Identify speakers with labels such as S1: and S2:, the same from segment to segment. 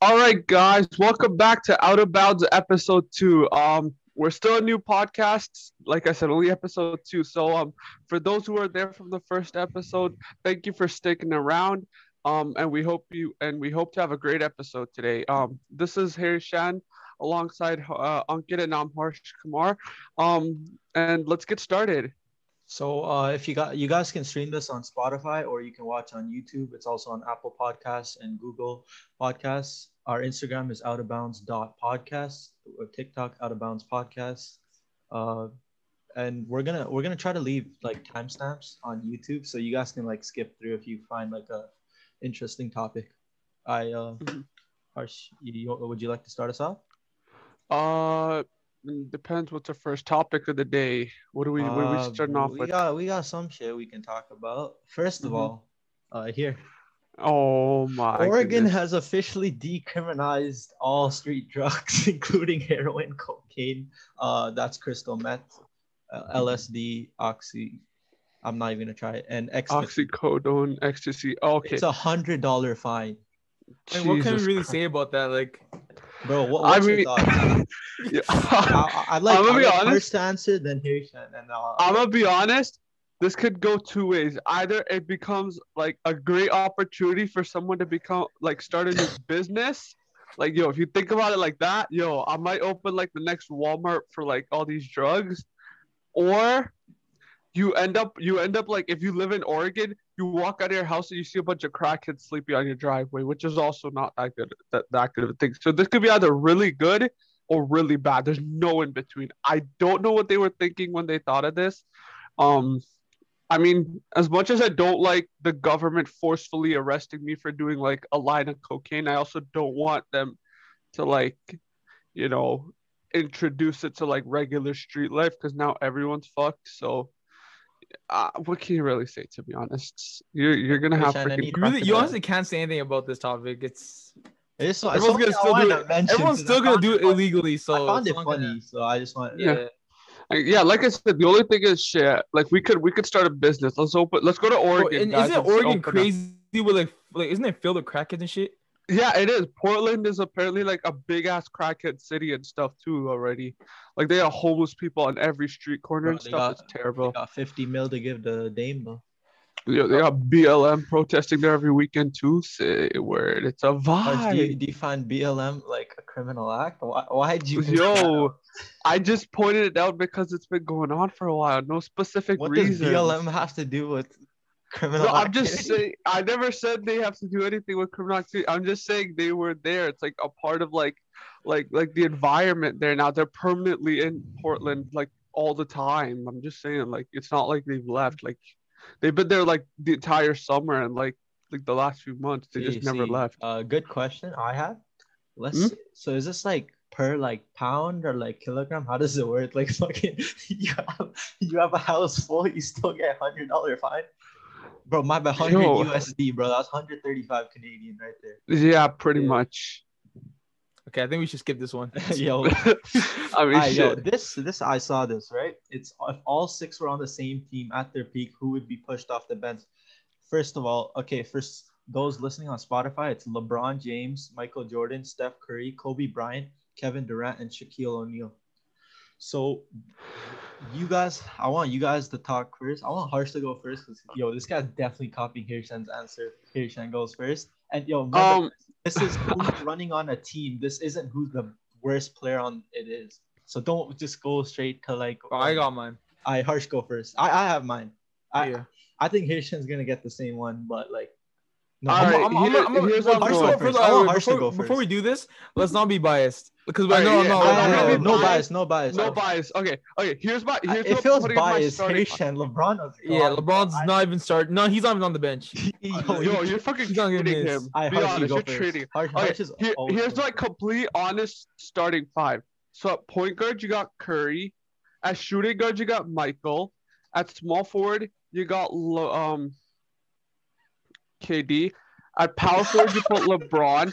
S1: All right, guys, welcome back to Out of Bounds episode two. Um, we're still a new podcast. Like I said, only episode two. So um, for those who are there from the first episode, thank you for sticking around. Um, and we hope you and we hope to have a great episode today. Um, this is Harry Shan alongside uh, Ankit and I'm Harsh Kumar. Um, and let's get started.
S2: So uh, if you got you guys can stream this on Spotify or you can watch on YouTube. It's also on Apple Podcasts and Google Podcasts. Our Instagram is out of bounds dot podcast, TikTok out of bounds podcast. Uh, and we're gonna we're gonna try to leave like timestamps on YouTube so you guys can like skip through if you find like a interesting topic. I uh,
S1: Mhm.
S2: Harsh, you, would you like to start us off?
S1: Uh, depends what's the first topic of the day. What do we what are
S2: Uh,
S1: we starting off
S2: we
S1: with?
S2: got we got some shit we can talk about. First of
S1: Mhm.
S2: all, uh, here
S1: Oh my!
S2: Oregon
S1: goodness.
S2: has officially decriminalized all street drugs, including heroin, cocaine, uh, that's crystal meth,
S3: Mm-hmm.
S2: uh, LSD, oxy. I'm not even gonna try it. And ecstasy.
S1: oxycodone, ecstasy. oh, Okay,
S2: It's a hundred dollar fine,
S3: Like, what can we
S1: Jesus
S3: really
S1: Christ.
S3: say about that? Like,
S2: bro. What,
S1: I
S2: what's your
S1: mean-
S2: thoughts?
S1: Yeah.
S2: I, I, I'd like,
S1: I'm
S2: I'd
S1: gonna be
S2: like
S1: honest.
S2: first to answer, then Harish, and then uh,
S1: I'm gonna be honest. This could go two ways. Either it becomes like a great opportunity for someone to become like start a new business. Like yo, if you think about it like that, yo, I might open like the next Walmart for like all these drugs, or you end up you end up like if you live in Oregon, you walk out of your house and you see a bunch of crackheads sleeping on your driveway, which is also not that good that, that good of a thing. So this could be either really good or really bad. There's no in between. I don't know what they were thinking when they thought of this. Um, I mean, as much as I don't like the government forcefully arresting me for doing like a line of cocaine, I also don't want them to like, you know, introduce it to like regular street life because now everyone's fucked. So, uh, what can you really say to be honest? You're you're gonna have
S2: Christian,
S1: freaking
S2: any-
S3: you really, you
S2: Crocodile.
S3: honestly can't say anything about this topic. It's
S2: it's, it's something I
S3: everyone's gonna still
S2: wanted
S3: do
S2: to
S3: it.
S2: mention,
S3: everyone's
S2: 'cause I
S3: still gonna
S2: found
S3: do it
S2: funny.
S3: illegally. So
S2: I found
S3: it's
S2: it
S3: not
S2: funny,
S3: gonna-
S2: so I just want.
S3: yeah.
S1: Uh, Yeah, like I said, the only thing is shit. Like we could we could start a business. Let's open. Let's go to
S3: Bro,
S1: Oregon.
S3: and
S1: guys,
S3: isn't
S1: and just open
S3: Oregon
S1: up.
S3: crazy with like, like, isn't it filled with crackheads and shit?
S1: Yeah, it is. Portland is apparently like a big ass crackhead city and stuff too already. Like they have homeless people on every street corner
S2: Bro,
S1: and
S2: they
S1: stuff.
S2: got-
S1: it's terrible.
S2: Got 50 uh, mil to give to Dame though.
S1: You know, they got BLM protesting there every weekend too. Say word, it's a
S2: Or
S1: vibe.
S2: do, you, do you find BLM like a criminal act? Why, why'd you?
S1: Yo, I just pointed it out because it's been going on for a while. No specific
S2: what does
S1: reason.
S2: BLM have to do with criminal?
S1: No, I'm just
S2: activity?
S1: saying. I never said they have to do anything with criminal activity. I'm just saying they were there. It's like a part of like, like, like the environment there now. They're permanently in Portland, like all the time. I'm just saying, like, it's not like they've left. Like, they've been there like the entire summer and like, like the last few months. They just
S2: See,
S1: never
S2: see,
S1: left.
S2: Uh, good question I have. Let's.
S1: Hmm?
S2: see. So is this like per like pound or like kilogram? How does it work? Like fucking, you have you have a house full, you still get a hundred dollar fine. Bro, my bad, hundred
S1: Yo.
S2: USD, bro. That's hundred thirty five Canadian right there.
S1: Yeah, pretty
S2: Yeah.
S1: much.
S3: Okay, I think we should skip this one.
S2: Yo,
S1: I mean,
S2: Alright, yo,
S1: shit.
S2: this this I saw this right. It's if all six were on the same team at their peak, who would be pushed off the bench? First of all, okay, first those listening on Spotify, it's LeBron James, Michael Jordan, Steph Curry, Kobe Bryant, Kevin Durant, and Shaquille O'Neal. So, you guys, I want you guys to talk first. I want Harsh to go first because yo, this guy's definitely copying Hirshan's answer. Hirshan goes first, and yo, remember,
S1: Um,
S2: this is who's running on a team. This isn't who's the worst player on it is. So don't just go straight to like.
S3: Oh, I got mine.
S2: I harsh go first. I, I have mine. I
S3: yeah.
S2: I think Hirshan's gonna get the same one, but like. No,
S1: All
S2: I'm-
S1: right,
S3: I'm, I'm,
S1: here-
S3: I'm, I'm,
S1: here's what I'm
S3: first of
S1: going
S3: all-
S2: first.
S3: first of all,
S2: I want
S3: wait,
S2: Harsh to
S3: before,
S2: go
S3: before we
S2: first.
S3: do this, let's not be biased because
S1: All right,
S3: no,
S1: yeah,
S3: no,
S1: I'm
S2: No, no,
S1: gonna
S2: no,
S1: be
S2: no bias,
S1: biased.
S2: no bias.
S1: No
S2: I'm-
S1: bias. Okay, okay. Here's my.
S2: I-
S1: Here's
S2: it
S1: what
S2: feels
S1: putting my
S2: biased.
S1: starting-
S2: Haitian LeBron was
S3: Yeah,
S2: gone.
S3: LeBron's
S2: I-
S3: not even starting. No, he's not even on the bench.
S2: Yo,
S1: Yo,
S2: you-
S1: you're fucking
S3: he's not gonna
S1: treating
S3: miss.
S1: him.
S2: I
S1: Be
S2: Harsh, you
S1: honest,
S2: go
S1: you're
S2: first.
S1: treating.
S2: Harsh,
S1: Okay,
S2: Harsh is
S1: Here,
S2: always
S1: here's
S2: going
S1: my complete honest starting five. So at point guard, you got Curry. At shooting guard, you got Michael. At small forward, you got Lo- um KD. At power forward, you put LeBron.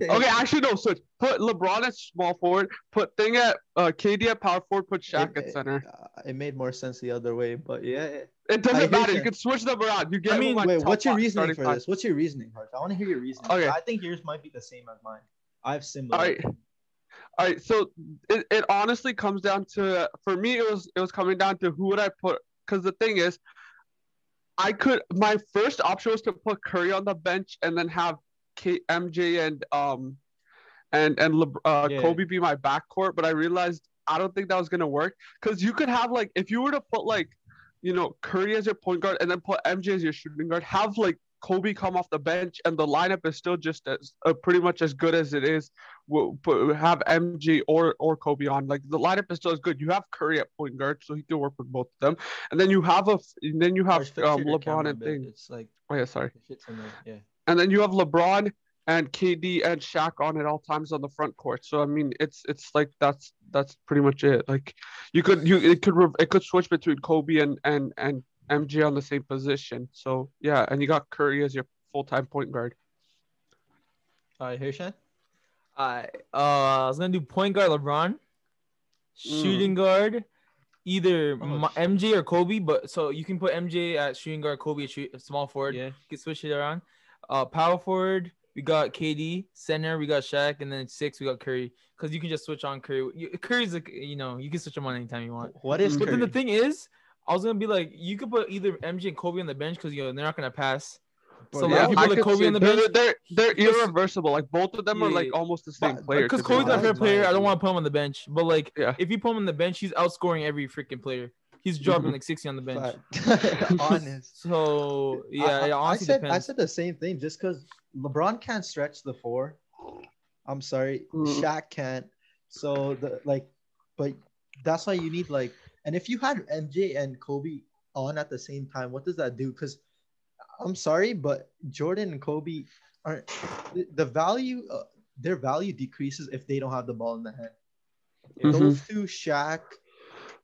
S1: Okay, actually no. Switch. Put LeBron at small forward. Put Thing at uh, KD at power forward. Put Shaq
S2: It-
S1: at center.
S2: Uh, it made more sense the other way, but yeah. yeah.
S1: It
S2: I
S1: doesn't
S2: hear
S1: matter.
S2: you.
S1: You can switch them around. You get.
S3: I
S1: who
S3: mean,
S1: my
S2: Wait,
S1: top
S2: what's your
S1: five
S2: reasoning
S1: starting
S2: for
S1: five-
S2: this? What's your reasoning, Harsh? I want to hear your reasoning.
S1: Okay.
S2: I think yours might be the same as mine. I have similar.
S1: All right. All right, so it, it honestly comes down to for me it was it was coming down to who would I put because the thing is, I could my first option was to put Curry on the bench and then have K, MJ and um and and Lebr uh,
S2: Yeah.
S1: Kobe be my backcourt, but I realized I don't think that was gonna work because you could have like if you were to put like you know Curry as your point guard and then put MJ as your shooting guard, have like Kobe come off the bench and the lineup is still just as uh, pretty much as good as it is. We'll put, have MJ or or Kobe on like the lineup is still as good. You have Curry at point guard, so he can work with both of them, and then you have a f- and then you have
S2: Harsh, fix
S1: um,
S2: your camera
S1: LeBron
S2: a
S1: and
S2: bit.
S1: thing.
S2: It's like
S1: Oh yeah, sorry.
S2: the shit's in there. Yeah.
S1: And then you have LeBron and KD and Shaq on at all times on the front court. So I mean, it's it's like that's that's pretty much it. Like you could you it could rev- it could switch between Kobe and and and MJ on the same position. So yeah, and you got Curry as your full time point guard.
S2: All right, Hirshan.
S3: I uh, I was gonna do point guard LeBron, shooting guard, either
S2: Mm. Oh,
S3: Ma-
S2: shit.
S3: MJ or Kobe. But so you can put MJ at shooting guard, Kobe at shoot, small forward.
S2: Yeah.
S3: You can switch it around. Uh, power forward, we got KD. Center, we got Shaq, and then six, we got Curry. Cause you can just switch on Curry. You, Curry's like you know you can switch him on anytime you want.
S2: What is
S1: Mm.
S3: But then the
S2: Curry?
S3: thing is, I was gonna be like, you could put either MJ and Kobe on the bench because you know they're not gonna pass.
S2: Bro,
S3: So a lot
S1: Yeah,
S3: of people
S1: I
S3: like
S1: could
S3: Kobe
S1: see-
S3: on the
S1: they're-
S3: bench.
S1: They're they're
S3: Because-
S1: irreversible. Like both of them are
S3: Yeah,
S1: like
S3: yeah.
S1: almost the same
S2: But-
S1: player.
S3: Because
S1: to be
S3: Kobe's a
S1: honest.
S3: fair
S2: honest.
S3: player. I don't want to put him on the bench. But like,
S1: Yeah.
S3: if you put him on the bench, he's outscoring every freaking player. He's dropping
S1: Mhm.
S3: like 60 on the bench.
S2: Fuck. Honest.
S3: So yeah,
S2: I,
S3: it
S2: I- I
S3: honestly
S2: said I
S3: depends.
S2: said the same thing. Just because LeBron can't stretch the four, I'm sorry,
S1: Mm.
S2: Shaq can't. So the like, but that's why you need like, and if you had MJ and Kobe on at the same time, what does that do? Because I'm sorry, but Jordan and Kobe aren't the, the value. Uh, their value decreases if they don't have the ball in the hand.
S1: Mhm.
S2: Those two, Shaq,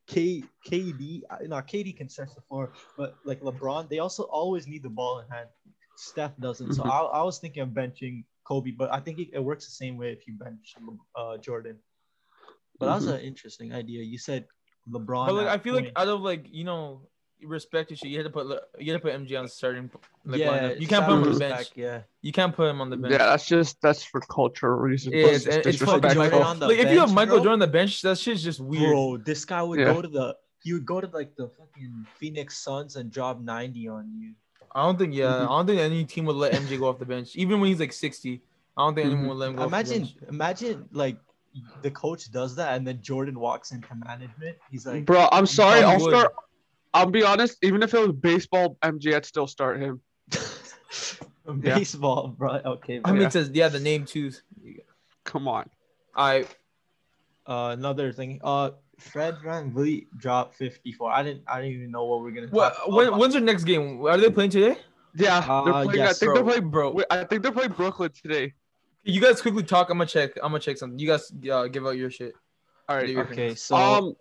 S2: K, KD, uh, no, KD can stretch the floor, but like LeBron, they also always need the ball in hand. Steph doesn't. So
S1: Mhm.
S2: I, I was thinking of benching Kobe, but I think it, it works the same way if you bench uh, Jordan. But that
S1: Mm-hmm.
S2: was an interesting idea. You said LeBron.
S3: But like,
S2: at
S3: I feel like
S2: point.
S3: out of like you know respect and shit, you had to put Le- you had to put MJ on the starting. Like,
S2: yeah,
S3: lineup. you can't put him on the
S1: Sabonis
S3: bench.
S2: back, yeah.
S3: You can't put him on the bench.
S1: Yeah, that's just that's for cultural reasons.
S3: Yeah, it's,
S1: It's
S3: it's, fucking
S2: disrespectful.
S3: Jordan
S2: on the
S3: like if you have
S2: bench,
S3: Michael
S2: bro.
S3: Jordan on the bench, that shit's just weird.
S2: Bro, this guy would
S1: Yeah.
S2: go to the he would go to like the fucking Phoenix Suns and drop 90 on you.
S3: I don't think
S2: Mm-hmm.
S3: yeah, I
S1: Mhm.
S3: don't think any team would let MJ go off the bench, even when he's like 60. I don't think anyone would let him go. off the
S2: Mm-hmm. Imagine
S3: bench.
S2: imagine like the coach does that and then Jordan walks into management. He's like
S1: Bro, I'm sorry.
S3: Probably
S1: I'll
S3: would.
S1: start. I'll be honest. Even if it was baseball, MJ, I'd still start him. Yeah.
S2: baseball, bro. Okay,
S3: I
S2: bro.
S3: mean,
S1: Yeah.
S3: it says yeah, the name too.
S1: Come on.
S3: I
S2: Uh, another thing. Uh Fred Van Vliet dropped 54. I didn't I didn't even know what we are gonna
S3: What?
S2: talk about.
S3: when, when's their next game? Are they playing today?
S1: Yeah, they're
S2: Uh,
S1: playing. I
S2: yes,
S1: think
S2: bro.
S1: they're playing.
S3: bro.
S1: Wait, I think they're playing Brooklyn today.
S3: You guys quickly talk. I'm gonna check. I'm gonna check something. You guys uh, give out your shit.
S1: All right.
S3: Dude,
S2: okay, so
S1: um,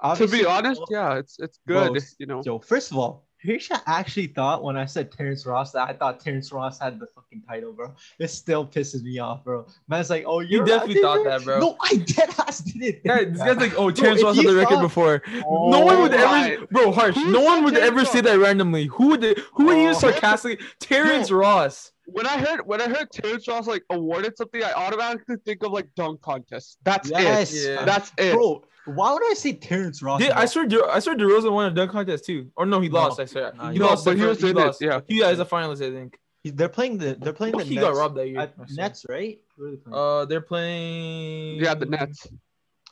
S1: to
S2: obviously-
S1: be honest, yeah, it's it's
S2: Bro,
S1: good. you know.
S2: Yo, first of all, Hirsha actually thought when I said Terrence Ross that I thought Terrence Ross had the fucking title, bro. It still pisses me off, bro. Man's like, oh,
S3: You
S2: you're
S3: definitely
S2: right,
S3: thought that, bro.
S2: No, I dead ass didn't.
S3: Yeah,
S2: think
S3: this
S2: that.
S3: guy's like, oh, Terrence
S2: if
S3: Ross had
S2: you
S3: the record
S2: thought-
S3: before. no one would
S1: Oh my.
S3: ever, bro, harsh.
S1: Who
S3: no one
S1: said
S3: would
S1: Terrence
S3: ever say
S1: Ross?
S3: that randomly. Who would? They, who would
S2: Oh.
S3: even sarcastically? Terrence Ross.
S1: When I heard when I heard Terrence Ross like awarded something, I automatically think of like dunk contests. That's
S2: yes,
S3: it. Yeah.
S1: it. That's it.
S2: bro. Why would I say Terrence Ross?
S3: Did,
S2: bro?
S3: I swear, De, I swear, DeRozan won a dunk contest too. Or no, he
S2: No.
S3: lost. I swear,
S2: No,
S3: he
S2: he
S3: lost.
S1: lost, but
S3: the
S1: he
S3: first-
S1: was in it,
S3: lost.
S1: yeah.
S3: he is a finalist, I think.
S2: they're playing the they're playing the
S3: he
S2: Nets.
S3: got robbed that year.
S2: at
S3: I swear.
S2: Nets, right? Who are they playing?
S3: Uh, they're playing.
S1: yeah, the Nets.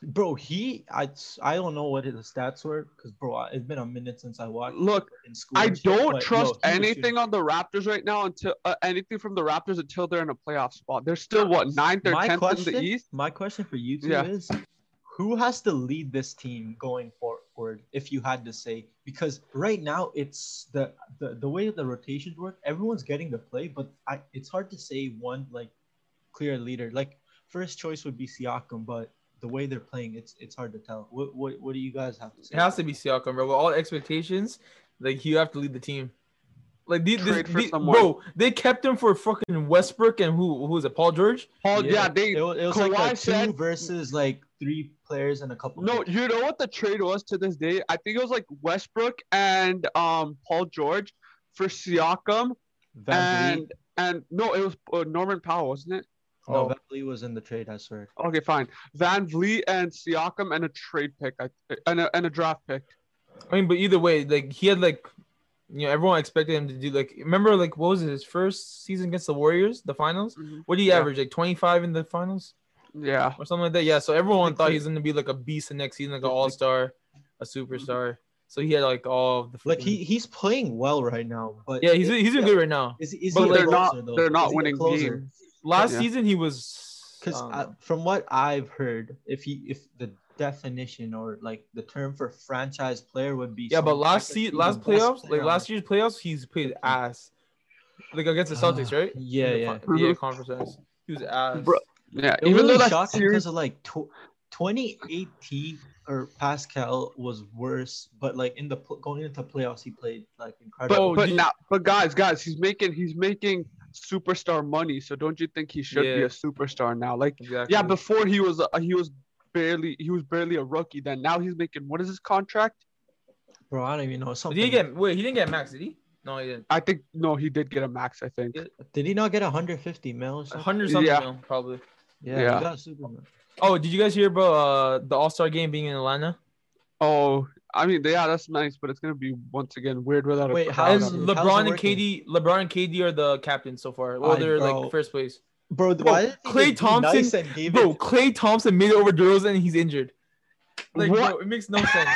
S2: bro, he I I don't know what his stats were because bro, I- it's been a minute since I watched
S1: Look,
S2: in school.
S1: I
S2: and shit,
S1: don't
S2: but, yo,
S1: trust
S2: he was shooting.
S1: anything on the Raptors right now until uh, anything from the Raptors until they're in a playoff spot. They're still what ninth or
S2: my
S1: tenth in
S2: question,
S1: the East.
S2: My question for you two
S1: Yeah.
S2: is who has to lead this team going forward if you had to say because right now it's the the, the way the rotations work everyone's getting the play but I, it's hard to say one like clear leader like first choice would be Siakam but the way they're playing it's it's hard to tell what what, what do you guys have to say
S3: It has to be Siakam, bro. With all expectations, like you have to lead the team. Like these, this,
S1: Trade for
S3: the-
S1: someone.
S3: bro, they kept him for fucking Westbrook and who who is it? Paul George.
S1: Paul, yeah,
S2: Yeah.
S1: they
S2: It was, it was
S1: Kawhi
S2: like a two
S1: said-
S2: versus like three players and a couple.
S1: No,
S2: picks.
S1: you know what the trade was to this day? I think it was like Westbrook and um Paul George for Siakam
S2: Van Vliet.
S1: and and no, it was uh, Norman Powell, wasn't it?
S2: No,
S3: oh.
S2: Van Vliet was in the trade. I swear.
S1: Okay, fine. Van Vliet and Siakam and a trade pick, I, and a and a draft pick.
S3: I mean, but either way, like he had like, you know, everyone expected him to do like. Remember, like what was it? His first season against the Warriors, the finals.
S2: Mm-hmm.
S3: What did he
S1: Yeah.
S3: average? Like twenty five in the finals
S1: Yeah,
S3: or something like that. Yeah. So everyone
S1: Like,
S3: thought
S1: like-
S3: he was gonna be like a beast the next season, like an all star, a superstar. So he had like all of the.
S2: Like
S1: Hmm.
S3: freaking-
S2: he he's playing well right now, but
S3: Yeah, he's
S2: is,
S3: he's doing good right now.
S2: is, is
S3: but
S2: he a
S3: they're
S1: not-
S2: closer, though?
S1: they're not
S2: Is he a
S1: winning
S2: closer?
S1: games.
S3: Last
S1: Yeah.
S3: season he was.
S2: Because
S3: um,
S2: from what I've heard, if he if the definition or like the term for franchise player would be
S3: Yeah, but
S2: someone that
S3: last
S2: could
S3: se-
S2: be
S3: last
S2: the best
S3: playoffs,
S2: player
S3: like
S2: on
S3: last
S2: the-
S3: year's playoffs, he's played ass. Like against the Celtics,
S2: Ah,
S3: right?
S2: Yeah,
S3: In the
S2: yeah.
S3: con- yeah,
S1: Mhm.
S3: conference ass. He was ass.
S1: Bro, yeah.
S2: It
S1: Even
S2: Even really
S1: though that
S2: shocking
S1: series,
S2: because of like tw- 2018 or Pascal was worse, but like in the pl- going into playoffs he played like incredible.
S3: Oh,
S1: but
S3: did-
S1: now, but guys, guys, he's making he's making superstar money. So don't you think he should be
S3: Yeah.
S1: a superstar now? Like.
S3: exactly.
S1: Yeah, before he was uh, he was barely he was barely a rookie. Then now he's making what is his contract?
S2: Bro, I don't even know
S3: But
S2: something.
S3: did he get wait? He didn't get max, did he? No, he didn't.
S1: I think no, he did get a max. I think.
S3: Yeah.
S2: Did he not get 150 mil or
S3: A
S2: something?
S3: hundred something
S1: Yeah.
S3: mil, probably.
S2: Yeah,
S1: Yeah.
S2: he got Superman.
S3: Oh, did you guys hear about uh, the All Star game being in Atlanta?
S1: Oh, I mean, yeah, that's nice, but it's gonna be once again weird without a
S2: Wait,
S1: crowd.
S2: How's
S3: And
S2: it- how's it
S3: LeBron and
S2: working?
S3: KD, LeBron and KD are the captains so far. Well,
S2: I
S3: they're
S2: know.
S3: like first place.
S2: Bro,
S3: Bro,
S2: why didn't they
S3: Klay
S2: just be
S3: Thompson-
S2: nice and gave
S3: Bro,
S2: it-
S3: Clay Thompson made over drills and he's injured. Like, bro,
S1: What?
S3: it makes no sense.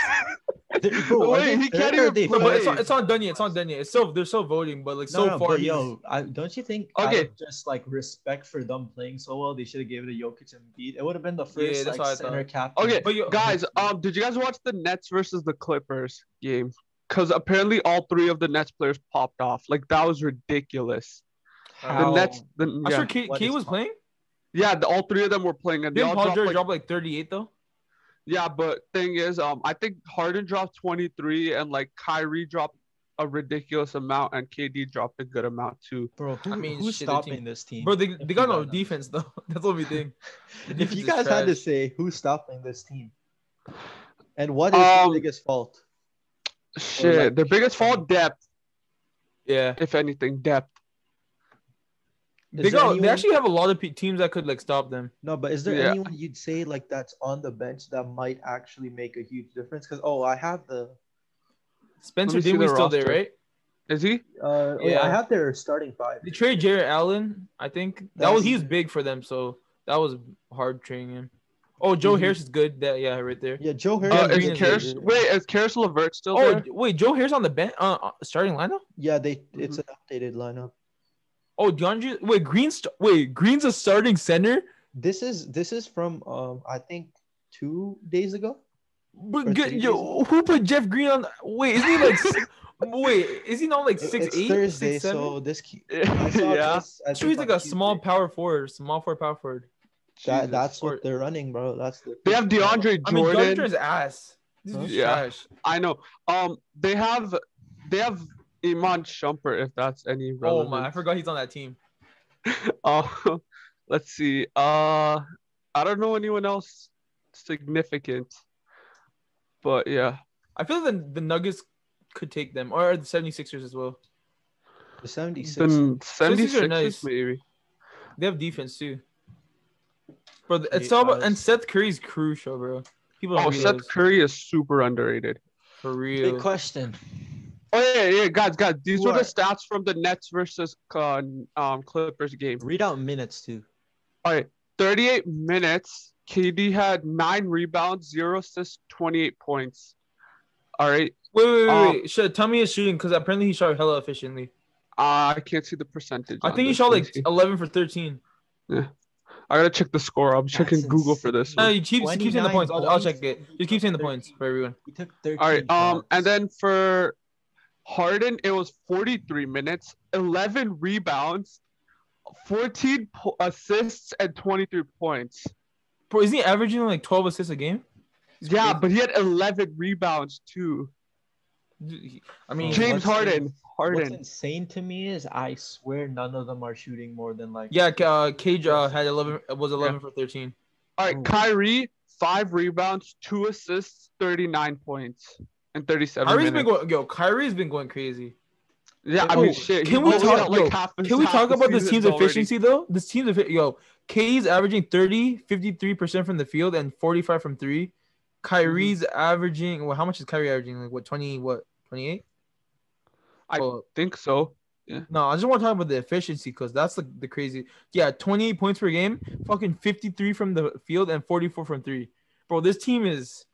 S2: They- bro, are
S1: Wait,
S2: they
S1: he
S2: third
S1: can't
S2: or
S1: even
S2: they
S3: No, but it's
S2: fourth?
S3: not, it's not done yet. It's not done yet. It's still they're still voting, but like
S2: No,
S3: so
S2: no,
S3: far,
S2: but
S3: he's-
S2: yo, I, don't you think?
S1: Okay.
S2: out of just like respect for them playing so well, they should have given it to Jokic and Beat. It would have been the
S3: Yeah,
S2: first
S3: that's what I
S2: like center captain.
S1: Okay,
S3: But yo-
S1: guys, um, did you guys watch the Nets versus the Clippers game? Because apparently all three of the Nets players popped off. Like that was ridiculous.
S2: How-
S1: The Nets, the,
S3: I'm
S1: yeah,
S3: sure K,
S2: What
S3: K
S2: is
S3: was
S2: pop-
S3: playing.
S1: yeah, the, all three of them were playing, and they
S3: Didn't
S1: all
S3: Paul
S1: dropped.
S3: George
S1: like-
S3: drop like 38 though?
S1: yeah, but thing is, um, I think Harden dropped 23, and like Kyrie dropped a ridiculous amount, and KD dropped a good amount too.
S2: bro, who,
S3: I mean,
S2: who's
S3: shit, the
S2: stopping
S3: team-
S2: this team?
S3: Bro, they,
S2: If
S3: they
S2: you
S3: got no
S2: guys-
S3: defense though. That's what we think. The
S2: if
S3: defense
S2: you
S3: is
S2: guys had to
S3: trash.
S2: say who's stopping this team, and what is
S1: Um,
S2: the biggest fault?
S1: Shit,
S2: like-
S1: their biggest fault depth,
S3: yeah,
S1: if anything, depth.
S2: Is
S3: they
S2: there
S3: got they
S2: anyone-
S3: actually have a lot of pe- teams that could like stop them.
S2: No, but is there
S1: Yeah.
S2: anyone you'd say like that's on the bench that might actually make a huge difference? Because oh, I have the
S3: Spencer
S1: me see their
S3: Dinwiddie's still there,
S1: roster.
S3: right?
S1: Is he?
S2: uh, oh, yeah, I
S3: Yeah.
S2: have their starting five.
S3: They traded Jared Allen, I think. That
S2: That's-
S3: was he was big for them, so that was hard trading him. Oh, Joe
S1: Mm-hmm.
S2: Mhm.
S3: Harris is good. That yeah, right there.
S2: Yeah, Joe Harris.
S1: Uh,
S3: Green
S1: is
S3: is
S1: Karis,
S2: injured.
S1: wait, is Karis LeVert still
S3: Oh
S1: there?
S3: wait, Joe Harris on the bench, uh, uh, starting lineup.
S2: Yeah, they. It's an
S1: Mm-hmm.
S2: updated lineup.
S3: Oh, DeAndre. Wait, Green's. st- Wait, Green's a starting center.
S2: This is this is from um I think two days ago. Or
S3: But good,
S2: three
S3: yo, who put Jeff Green on? Wait, is he like? s- wait, is he not like six
S2: it's
S3: eight,
S2: Thursday,
S3: six, seven?
S2: so this. ki- I saw
S1: yeah.
S2: this, I
S3: I'm
S2: think,
S3: sure he's
S2: on
S3: like a small
S2: Tuesday.
S3: power forward, small forward, power forward.
S2: That,
S1: Jesus.
S2: that's
S3: Or-
S2: what they're running, bro. That's the
S1: They have DeAndre
S3: I mean,
S1: Jordan.
S3: Gunter's ass. This
S2: Huh?
S3: dude's
S1: Yeah.
S3: trash. Oh,
S1: I know. Um, they have, they have Iman Shumpert, if that's any
S3: Oh
S1: relevant.
S3: my, I forgot he's on that team.
S1: Um, let's see. Uh, I don't know anyone else significant, but yeah.
S3: I feel that the Nuggets could take them, or the 76ers as well.
S2: The 76.
S1: Then 76
S3: 76 are nice.
S1: maybe.
S3: They have defense too. But
S2: Okay,
S3: it's all about,
S2: guys.
S3: and Seth Curry's crucial, bro. People don't
S1: Oh,
S3: realize
S1: Seth Curry is super underrated.
S3: for
S2: Big
S3: real.
S2: question.
S1: Oh yeah, yeah, guys, guys. These
S2: Who
S1: were the
S2: are-
S1: stats from the Nets versus uh, um Clippers game.
S2: Read out minutes too.
S1: All right, 38 minutes. KD had nine rebounds, zero assists, 28 points. All right,
S3: Wait, wait, wait,
S1: Um,
S3: wait. Shit, tell me his shooting because apparently he shot hella efficiently.
S1: uh, I can't see the percentage.
S3: I
S1: on
S3: think he
S1: this.
S3: shot
S1: Let me
S3: like
S1: see.
S3: 11 for 13.
S1: I gotta check the score. I'm checking
S2: That's
S1: Google for this.
S2: insane.
S3: Uh,
S1: One.
S3: he keeps, keeps saying the
S2: 29
S3: points. I'll, I'll
S2: points.
S3: check it. Just keep saying the points for everyone.
S2: He took 13.
S1: All right, um,
S2: shots.
S1: and then for Harden, it was 43 minutes, 11 rebounds, 14 po- assists, and 23 points.
S3: Bro, isn't he averaging like 12 assists a game?
S1: Yeah,
S3: crazy.
S1: but he had 11 rebounds too.
S3: I mean,
S1: James
S2: what's-
S1: Harden.
S2: What's
S1: Harden.
S2: insane to me is I swear none of them are shooting more than like
S3: yeah, K- uh, Cage uh, had 11, was 11 for 13.
S1: All right,
S2: Ooh.
S1: Kyrie, five rebounds, two assists, 39 points, and 37
S3: Kyrie's been
S1: minutes.
S3: going, yo, Kyrie's been going crazy.
S1: yeah, I
S2: Yo,
S1: mean, shit.
S3: can
S1: he
S3: we
S1: only
S3: talk-
S1: got,
S3: yo,
S1: half a-
S3: Can we
S1: half
S3: talk
S1: the
S3: about this
S1: seasons
S3: team's
S1: already.
S3: efficiency though? This team's effi- yo, K's averaging 30, 53% from the field and 45 from 3. Kyrie's
S1: Mm-hmm.
S3: averaging well, how much is Kyrie averaging? Like what 20 what? 28?
S1: I-
S3: Oh,
S1: Think so.
S3: no, I just want to talk about the efficiency cuz that's the, the crazy. Yeah, 28 points per game, fucking 53 from the field and 44 from 3. Bro, this team is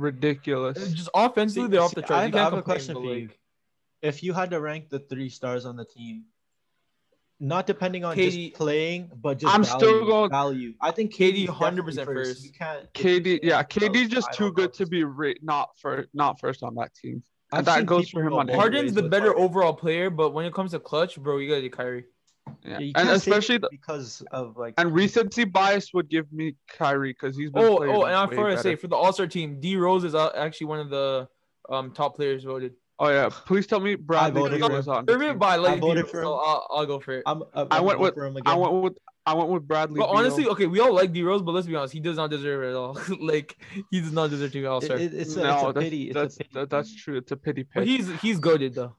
S1: Ridiculous.
S3: just offensively
S2: See-
S3: they're off
S2: see,
S3: the
S2: I
S3: charts. You
S2: have-
S3: can't
S2: I have a
S3: complain,
S2: question
S3: but,
S2: for you.
S3: like,
S2: if you had to rank the three stars on the team, not depending on
S3: KD
S2: just playing, but just
S1: I'm
S2: value,
S1: still going-
S2: value. I think
S3: KD
S2: KD
S3: 100%
S2: hundred
S3: first.
S2: You can't
S1: KD, yeah, KD's
S2: KD's
S1: just too good to be re- not for not first on that team. and that goes for him on Anyways,
S3: Harden's the better overall player, but when it comes to clutch, bro, you got to get Kyrie.
S1: Yeah. and especially the,
S2: because of like
S1: and recency bias would give me Kyrie because he's been
S3: Oh,
S1: playing
S3: oh, and I
S1: way
S3: forgot to
S1: better.
S3: say for the All Star team, D Rose is uh, actually one of the um top players voted.
S1: Oh yeah, please tell me Bradley
S2: voted
S1: Beal
S2: for
S1: is on. the
S3: Irving
S1: team.
S3: by like
S2: voted for
S3: so
S2: him.
S3: I'll, I'll go for it.
S2: I'm, I'm
S1: I went
S2: going
S1: with-
S2: for him again.
S1: I went with I went with Bradley.
S3: But
S1: Beal.
S3: honestly, okay, we all like D Rose, but let's be honest, he does not deserve it at all. like he does not deserve to be All
S2: It-
S3: Star.
S2: it- it's, a,
S1: no,
S2: it's a
S1: that's,
S2: pity. It's
S1: that's
S2: a pity.
S1: that- that's true. It's a pity
S3: But
S1: pick.
S3: he's he's goaded though.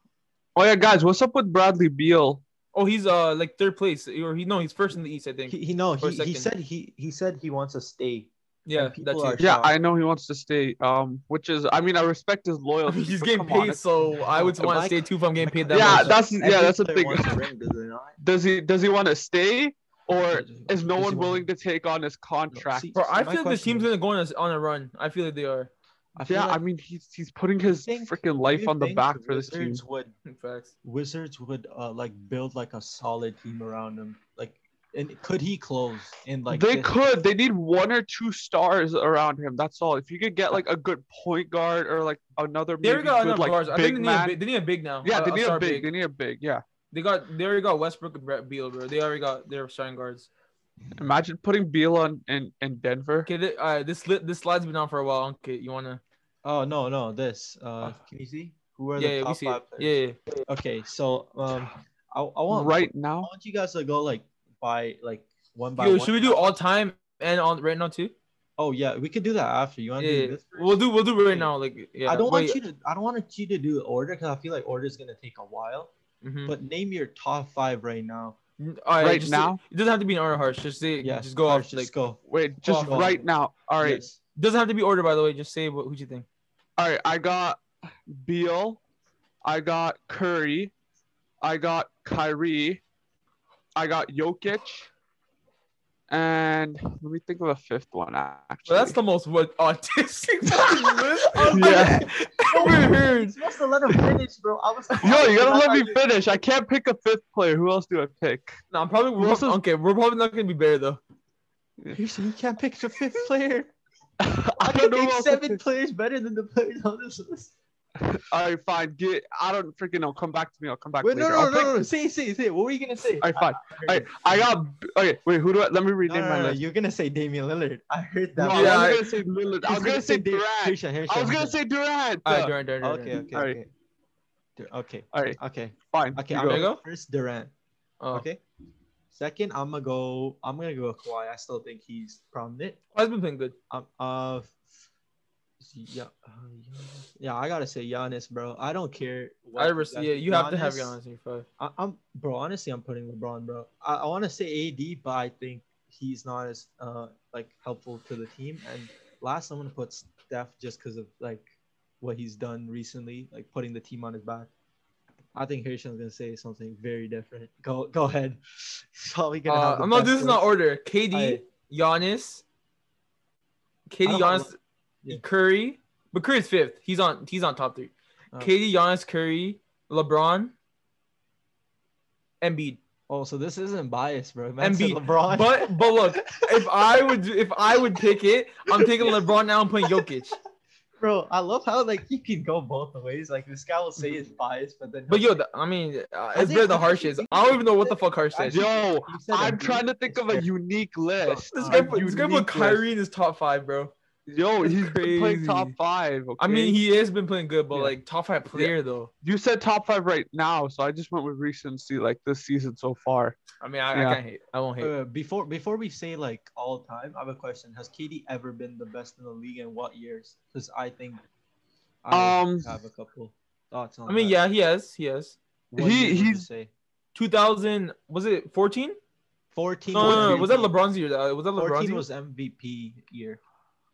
S1: oh yeah, guys, what's up with Bradley Beal?
S3: Oh, he's uh like third place or he no, he's first in the East, I think.
S2: He, he no,
S3: For
S2: he,
S3: a
S2: he
S3: second.
S2: said he he said he wants to stay.
S3: yeah,
S2: and
S3: that's
S2: people
S3: it.
S2: are-
S1: Yeah,
S2: Shot.
S1: I know he wants to stay. Um, which is I mean I respect his
S3: I
S1: loyalty.
S3: mean, he's
S1: but
S3: getting
S1: come on,
S3: paid,
S1: it's-
S3: so I would
S2: Am
S3: want to
S2: I-
S3: stay too if I'm getting paid that
S1: yeah,
S3: much.
S1: that's yeah,
S2: Every
S1: that's the
S2: player
S1: thing.
S2: wants a ring, does they not?
S1: Does he does he want to stay or is no
S2: Does he
S1: one
S2: want-
S1: willing to take on his contract?
S2: see,
S3: Bro,
S2: My
S3: I feel like this
S2: question
S3: team's
S2: is-
S3: gonna go on a, on a run. I feel like they are.
S2: I feel
S1: yeah,
S2: like-
S1: I mean he's he's putting his
S2: think-
S1: freaking
S2: do
S1: life
S2: you
S1: on the
S2: think
S1: back for this team.
S2: Wizards Would
S3: Facts.
S2: Wizards would uh, like build like a solid team around him? Like, and could he close in like
S1: they
S2: this-
S1: could. They need one or two stars around him. That's all. If you could get like a good point guard or like another
S3: They
S1: maybe
S3: already got
S1: good,
S3: enough
S1: like
S3: guards. I
S1: big
S3: think they need, a
S1: man.
S3: big, they need a big now.
S1: yeah, they need a
S3: star
S1: big, They need a big. Yeah.
S3: They got they already got Westbrook and Brett Beal, bro. They already got their starting guards.
S1: Imagine putting Beal on in, in Denver.
S3: Okay, th- uh, this li- this slide's been on for a while. Okay, you wanna?
S2: Oh no, no, this. Uh, can you see who are
S3: Yeah,
S2: the
S3: yeah,
S2: top
S3: we see. It.
S2: five? players?
S3: Yeah, yeah.
S2: Okay, so um, I, I want
S1: right
S2: I
S1: now.
S2: want you guys to go like by like one by
S3: Yo,
S2: one.
S3: should we do all time and on right now too?
S2: Oh yeah, we could do that after. You want
S3: Yeah,
S2: to
S3: yeah.
S2: do this? first?
S3: we'll do we'll do right now. Like, yeah.
S2: I don't want you to. I don't want you to do order because I feel like order is gonna take a while.
S3: hmm
S2: But name your top five right now.
S3: All right,
S1: Right
S3: just-
S1: now?
S3: it doesn't have to be in order, harsh. Just say,
S2: Yeah,
S3: just go
S2: Harsh,
S3: off.
S2: Just
S3: Like,
S2: go.
S1: Wait, just
S2: Well,
S1: right now. All right.
S2: Yes.
S3: doesn't have to be order, by the way. Just say what who you think.
S1: All right. I got Beal. I got Curry. I got Kyrie. I got Jokic. And let me think of a fifth one actually.
S3: Well, that's the most what autistic fucking list I've
S1: Yeah.
S3: ever
S2: You're
S3: heard.
S2: supposed to let him finish, bro. I was.
S1: Yo, you gotta let me finish. I can't pick a fifth player. Who else do I pick?
S3: No, I'm probably we're,
S1: Russell's-
S3: okay. We're probably not gonna be better though.
S2: Pearson, you can't pick the fifth player.
S1: I
S2: I
S1: don't
S2: can
S1: know.
S2: pick
S1: who else to
S2: seven
S1: pick.
S2: players better than the players on this list.
S1: All right, fine. Get. I don't freaking know. Come back to me. I'll come back
S2: Wait, no,
S1: later.
S2: no,
S1: I'll
S2: no,
S1: pick-
S2: no, no. Say, say, say. What were you gonna say?
S1: All right, fine.
S2: I,
S1: Alright, I got. Okay, wait. Who do I? Let me
S2: No,
S1: rename
S2: no,
S1: my
S2: no,
S1: list.
S2: You're gonna say Damian Lillard. I heard
S1: No,
S2: that.
S1: I
S3: Yeah, I-
S1: was gonna say Lillard. I was gonna say
S2: Damian.
S1: Durant. I was gonna say Durant.
S3: All right, Durant, Durant, Durant.
S2: Okay, okay,
S1: Alright.
S2: okay. Dur- Okay,
S1: All right,
S2: okay,
S1: fine.
S2: okay.
S1: you
S2: I'm
S1: go.
S2: gonna
S3: go.
S2: go first Durant.
S3: Oh.
S2: Okay. Second, I'm gonna go. I'm gonna go Kawhi. I still think he's prominent.
S3: Kawhi's Oh, been playing good.
S2: Um, uh, yeah, uh, Giannis. yeah, I gotta say Giannis, bro. I don't care. what
S3: I
S2: you
S3: res-
S2: guys-
S3: yeah, you have to have
S2: Giannis-
S3: Giannis in your five.
S2: I, I'm, bro. Honestly, I'm putting LeBron, bro. I, I want to say AD, but I think he's not as uh like helpful to the team. And last, I'm gonna put Steph just because of like what he's done recently, like putting the team on his back. I think Hirschman's gonna say something very different. Go, go ahead. Probably gonna.
S3: Uh,
S2: have the
S3: I'm not.
S2: best
S3: This is not
S2: list.
S3: order. KD,
S2: Alright.
S3: Giannis,
S2: I
S3: KD,
S2: don't have
S3: Giannis,
S2: Yeah.
S3: Curry. But Curry's fifth. He's on. He's on top three.
S2: Oh.
S3: KD, Giannis, Curry, LeBron, Embiid.
S2: Oh, so this isn't biased, bro. Man said
S3: Embiid.
S2: LeBron.
S3: But but look, if I would if I would pick it, I'm taking LeBron now. I'm playing Jokic.
S2: Bro, I love how like you can go both ways. Like this guy will say it's biased, but then
S3: But
S2: he'll
S3: yo, the, I mean, uh,
S2: I think-
S3: it's better
S2: I
S3: than
S2: think
S3: Harsh
S2: you
S3: is.
S2: think
S3: I don't
S2: you-
S3: even know what the fuck Harsh
S2: I
S3: says.
S2: think-
S1: Yo,
S2: You said
S1: I'm
S2: Embiid.
S1: trying to think of a unique list.
S3: This
S2: uh,
S3: guy put this guy
S1: unique
S3: put Kyrie
S1: list.
S3: in his top five, bro.
S1: Yo,
S3: That's
S1: he's been playing
S3: crazy.
S1: top five. Okay?
S3: I mean, he has been playing good, but
S1: Yeah.
S3: like top five player though.
S1: you said top five right now, so I just went with recency, like this season so far.
S3: I mean, I,
S1: Yeah.
S3: I can't hate. I won't hate.
S2: Uh, before before we say like all time, I have a question. Has KD ever been the best in the league and what years? Because I think I
S1: Um,
S2: have a couple thoughts on.
S3: I mean,
S2: that.
S3: yeah, he has. He has.
S2: What
S1: He-
S2: year would you
S1: he's-
S2: say
S3: 2000 was it 14?
S2: fourteen.
S3: No, no, no, no,
S2: MVP.
S3: was that LeBron's year? Uh, Was that LeBron's
S2: Fourteen
S3: year?
S2: was MVP year.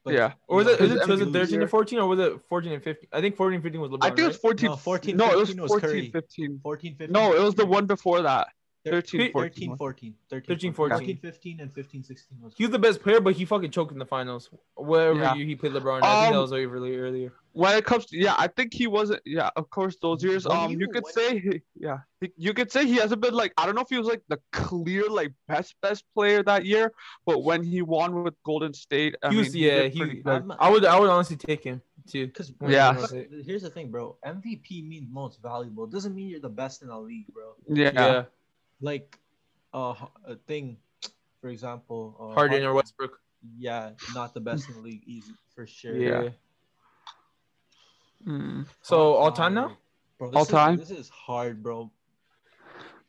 S1: Yeah.
S3: or was
S2: you
S3: it,
S2: know,
S3: is it
S1: MVP
S3: 2013 to
S1: year.
S3: 14 or was it 14 and 15? I think 14 and 15 was LeBron.
S1: I think it was
S3: right?
S1: 14.
S2: No, 14,
S1: no, it was
S2: 15 was
S1: 14,
S2: Curry.
S1: 15.
S2: 14, 15,
S1: No, it was the one before that. 13, 14.
S2: 13, 14,
S3: 13,
S2: 13,
S3: 14.
S2: 14, 15, and 15, 16 was
S3: He was the best player, but he fucking choked in the finals. Wherever
S1: Yeah.
S3: you- he played LeBron, I think that
S1: Um,
S3: was really earlier.
S1: When it comes to yeah, I think he wasn't. Yeah, of course those years.
S2: What do
S1: Um, you,
S2: you-
S1: could
S2: what-
S1: say he, yeah, he, you could say he hasn't been like I don't know if he was like the clear like best best player that year, but when he won with Golden State, I
S3: He
S1: mean,
S3: was,
S1: he
S3: yeah,
S1: did
S3: he-
S1: pretty good.
S2: I'm,
S3: I would, I would honestly take him too.
S2: Because
S1: Yeah.
S2: here's the thing, bro. MVP means most valuable. It doesn't mean you're the best in the league, bro.
S1: yeah.
S3: Yeah,
S2: Like uh, a thing, for example, uh,
S3: Harden or Westbrook.
S2: Yeah, not the best in the league, easy for sure.
S1: Yeah. Mm.
S3: So all
S2: Hard.
S3: time now?
S2: Bro,
S1: All
S2: this is-
S1: time?
S2: This is hard, bro.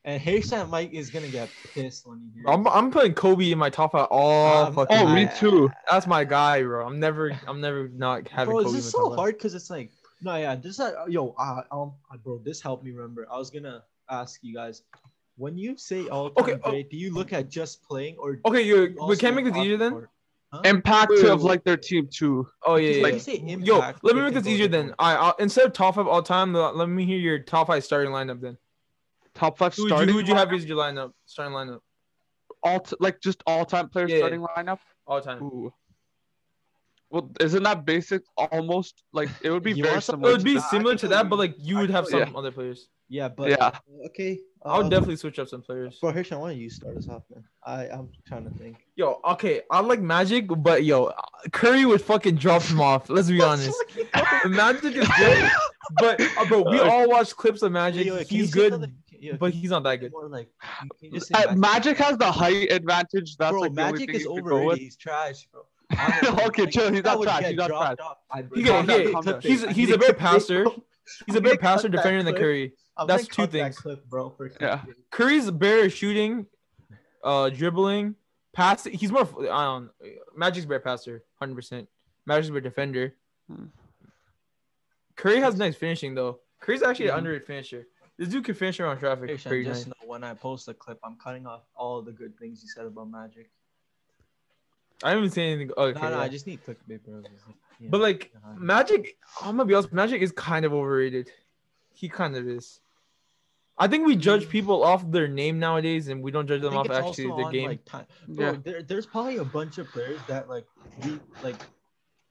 S2: And Hayshan Mike is gonna get pissed when he hears.
S3: I'm, I'm putting Kobe in my top five all
S2: Um,
S3: fucking.
S1: Oh,
S3: time.
S1: me
S2: I-
S1: too.
S3: That's my guy, bro. I'm never, I'm never not having
S2: bro,
S3: Kobe.
S2: is
S3: in
S2: this
S3: my top
S2: so
S3: five.
S2: hard? Because it's like, no, yeah, this uh, yo, uh, um, uh, bro, this helped me remember. I was gonna ask you guys, when you say all time
S3: Okay, oh.
S2: great, do you look at just playing or?
S3: Okay, you
S2: do you
S3: we
S2: also
S3: can't make this
S2: off
S3: easier
S2: the
S3: then.
S2: court? Huh?
S1: Impact
S3: Wait,
S1: of
S3: wait,
S1: like their team too.
S3: Oh yeah,
S2: Because
S3: yeah.
S2: when
S1: like-
S2: you say impact,
S3: Yo, let me
S2: it
S3: make
S2: can
S3: this
S2: go
S3: easier then.
S2: different.
S3: I I'll, instead of top five all time, let let me hear your top five starting lineup then.
S1: Top five
S3: Who would you,
S1: starting.
S3: who would you have as your lineup? Starting lineup
S1: all t- like just all time players
S3: Yeah.
S1: starting lineup?
S3: all time.
S1: Ooh. Well, isn't that basic? Almost like it would be
S2: You
S1: very
S2: want some-
S3: It
S1: similar.
S3: would be
S1: to that.
S3: similar to that, but like you
S2: I
S3: would have some
S1: feel-
S3: other players.
S2: Yeah, but
S1: Yeah.
S2: okay.
S3: I
S2: um,
S3: would definitely switch up some players.
S2: Bro, Hayshan, why don't you start us off, man? I I'm trying to think.
S3: Yo, okay, I like Magic, but yo, Curry would fucking drop him off. Let's be honest. Magic is good, but uh, bro, we all watch clips of Magic.
S2: Yo, yo, can you
S3: he's
S2: say
S3: good,
S2: something? Yo,
S3: but
S2: can
S3: he's not that
S2: you
S3: good.
S2: More like, can you just say
S1: Uh, Magic has the height advantage. That's
S2: bro,
S1: like the only
S2: Magic
S1: thing
S2: is
S1: you could go
S2: overrated.
S1: with.
S2: He's trash, bro.
S1: Okay, chill, he's not trash, he's not trash.
S3: He
S1: Calm
S3: got,
S1: down,
S3: he,
S1: calm down.
S3: he's he's a better passer. He's a
S2: gonna
S3: better
S2: cut
S3: passer
S2: that
S3: defender than
S2: clip.
S3: Curry. That's two things.
S2: clip, bro, for
S1: Yeah.
S3: Curry's better at shooting, uh, dribbling, pass. He's more. I don't. Magic's better passer, hundred percent. Magic's better defender.
S1: Hmm.
S3: Curry has nice finishing though. Curry's actually
S2: Mhm.
S3: an underrated finisher. This dude can finish around traffic.
S2: Christian,
S3: pretty
S2: just
S3: nice.
S2: know when I post the clip, I'm cutting off all the good things you said about Magic.
S3: I haven't seen anything. Okay,
S2: no, no,
S3: yeah.
S2: I just need clickbait, bro. Yeah.
S3: but like
S2: Uh-huh.
S3: Magic, I'm gonna be honest. Magic is kind of overrated. He kind of is. I think we judge people off their name nowadays, and we don't judge
S2: Hmm. I
S3: them
S2: think
S3: off
S2: it's
S3: actually
S2: also
S3: their
S2: on,
S3: game.
S2: like, time. Bro,
S1: Yeah.
S2: there, there's probably a bunch of players that like we like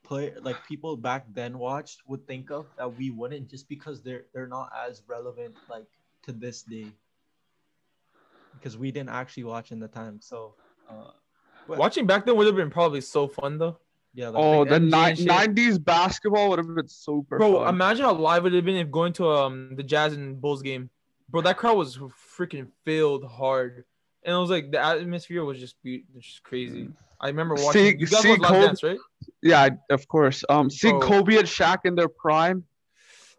S2: play like people back then watched would think of that we wouldn't just because they're they're not as relevant like to this day because we didn't actually watch in the time. So uh, but-
S3: Watching back then would have been probably so fun though.
S2: yeah, like,
S1: Oh,
S3: like
S1: the
S3: NBA
S1: ni-
S3: shit.
S1: 90s basketball would have been super
S3: Bro,
S1: fun.
S3: imagine how live it would have been if going to um the Jazz and Bulls game. Bro, that crowd was freaking filled hard. And it was like the atmosphere was just be- just
S1: Mm.
S3: crazy. I remember watching
S1: See-
S3: you guys
S1: see
S3: watched Last
S1: Kobe-
S3: Dance, right?
S1: yeah, I- of course. Um, seeing
S3: Bro.
S1: Kobe and Shaq in their prime.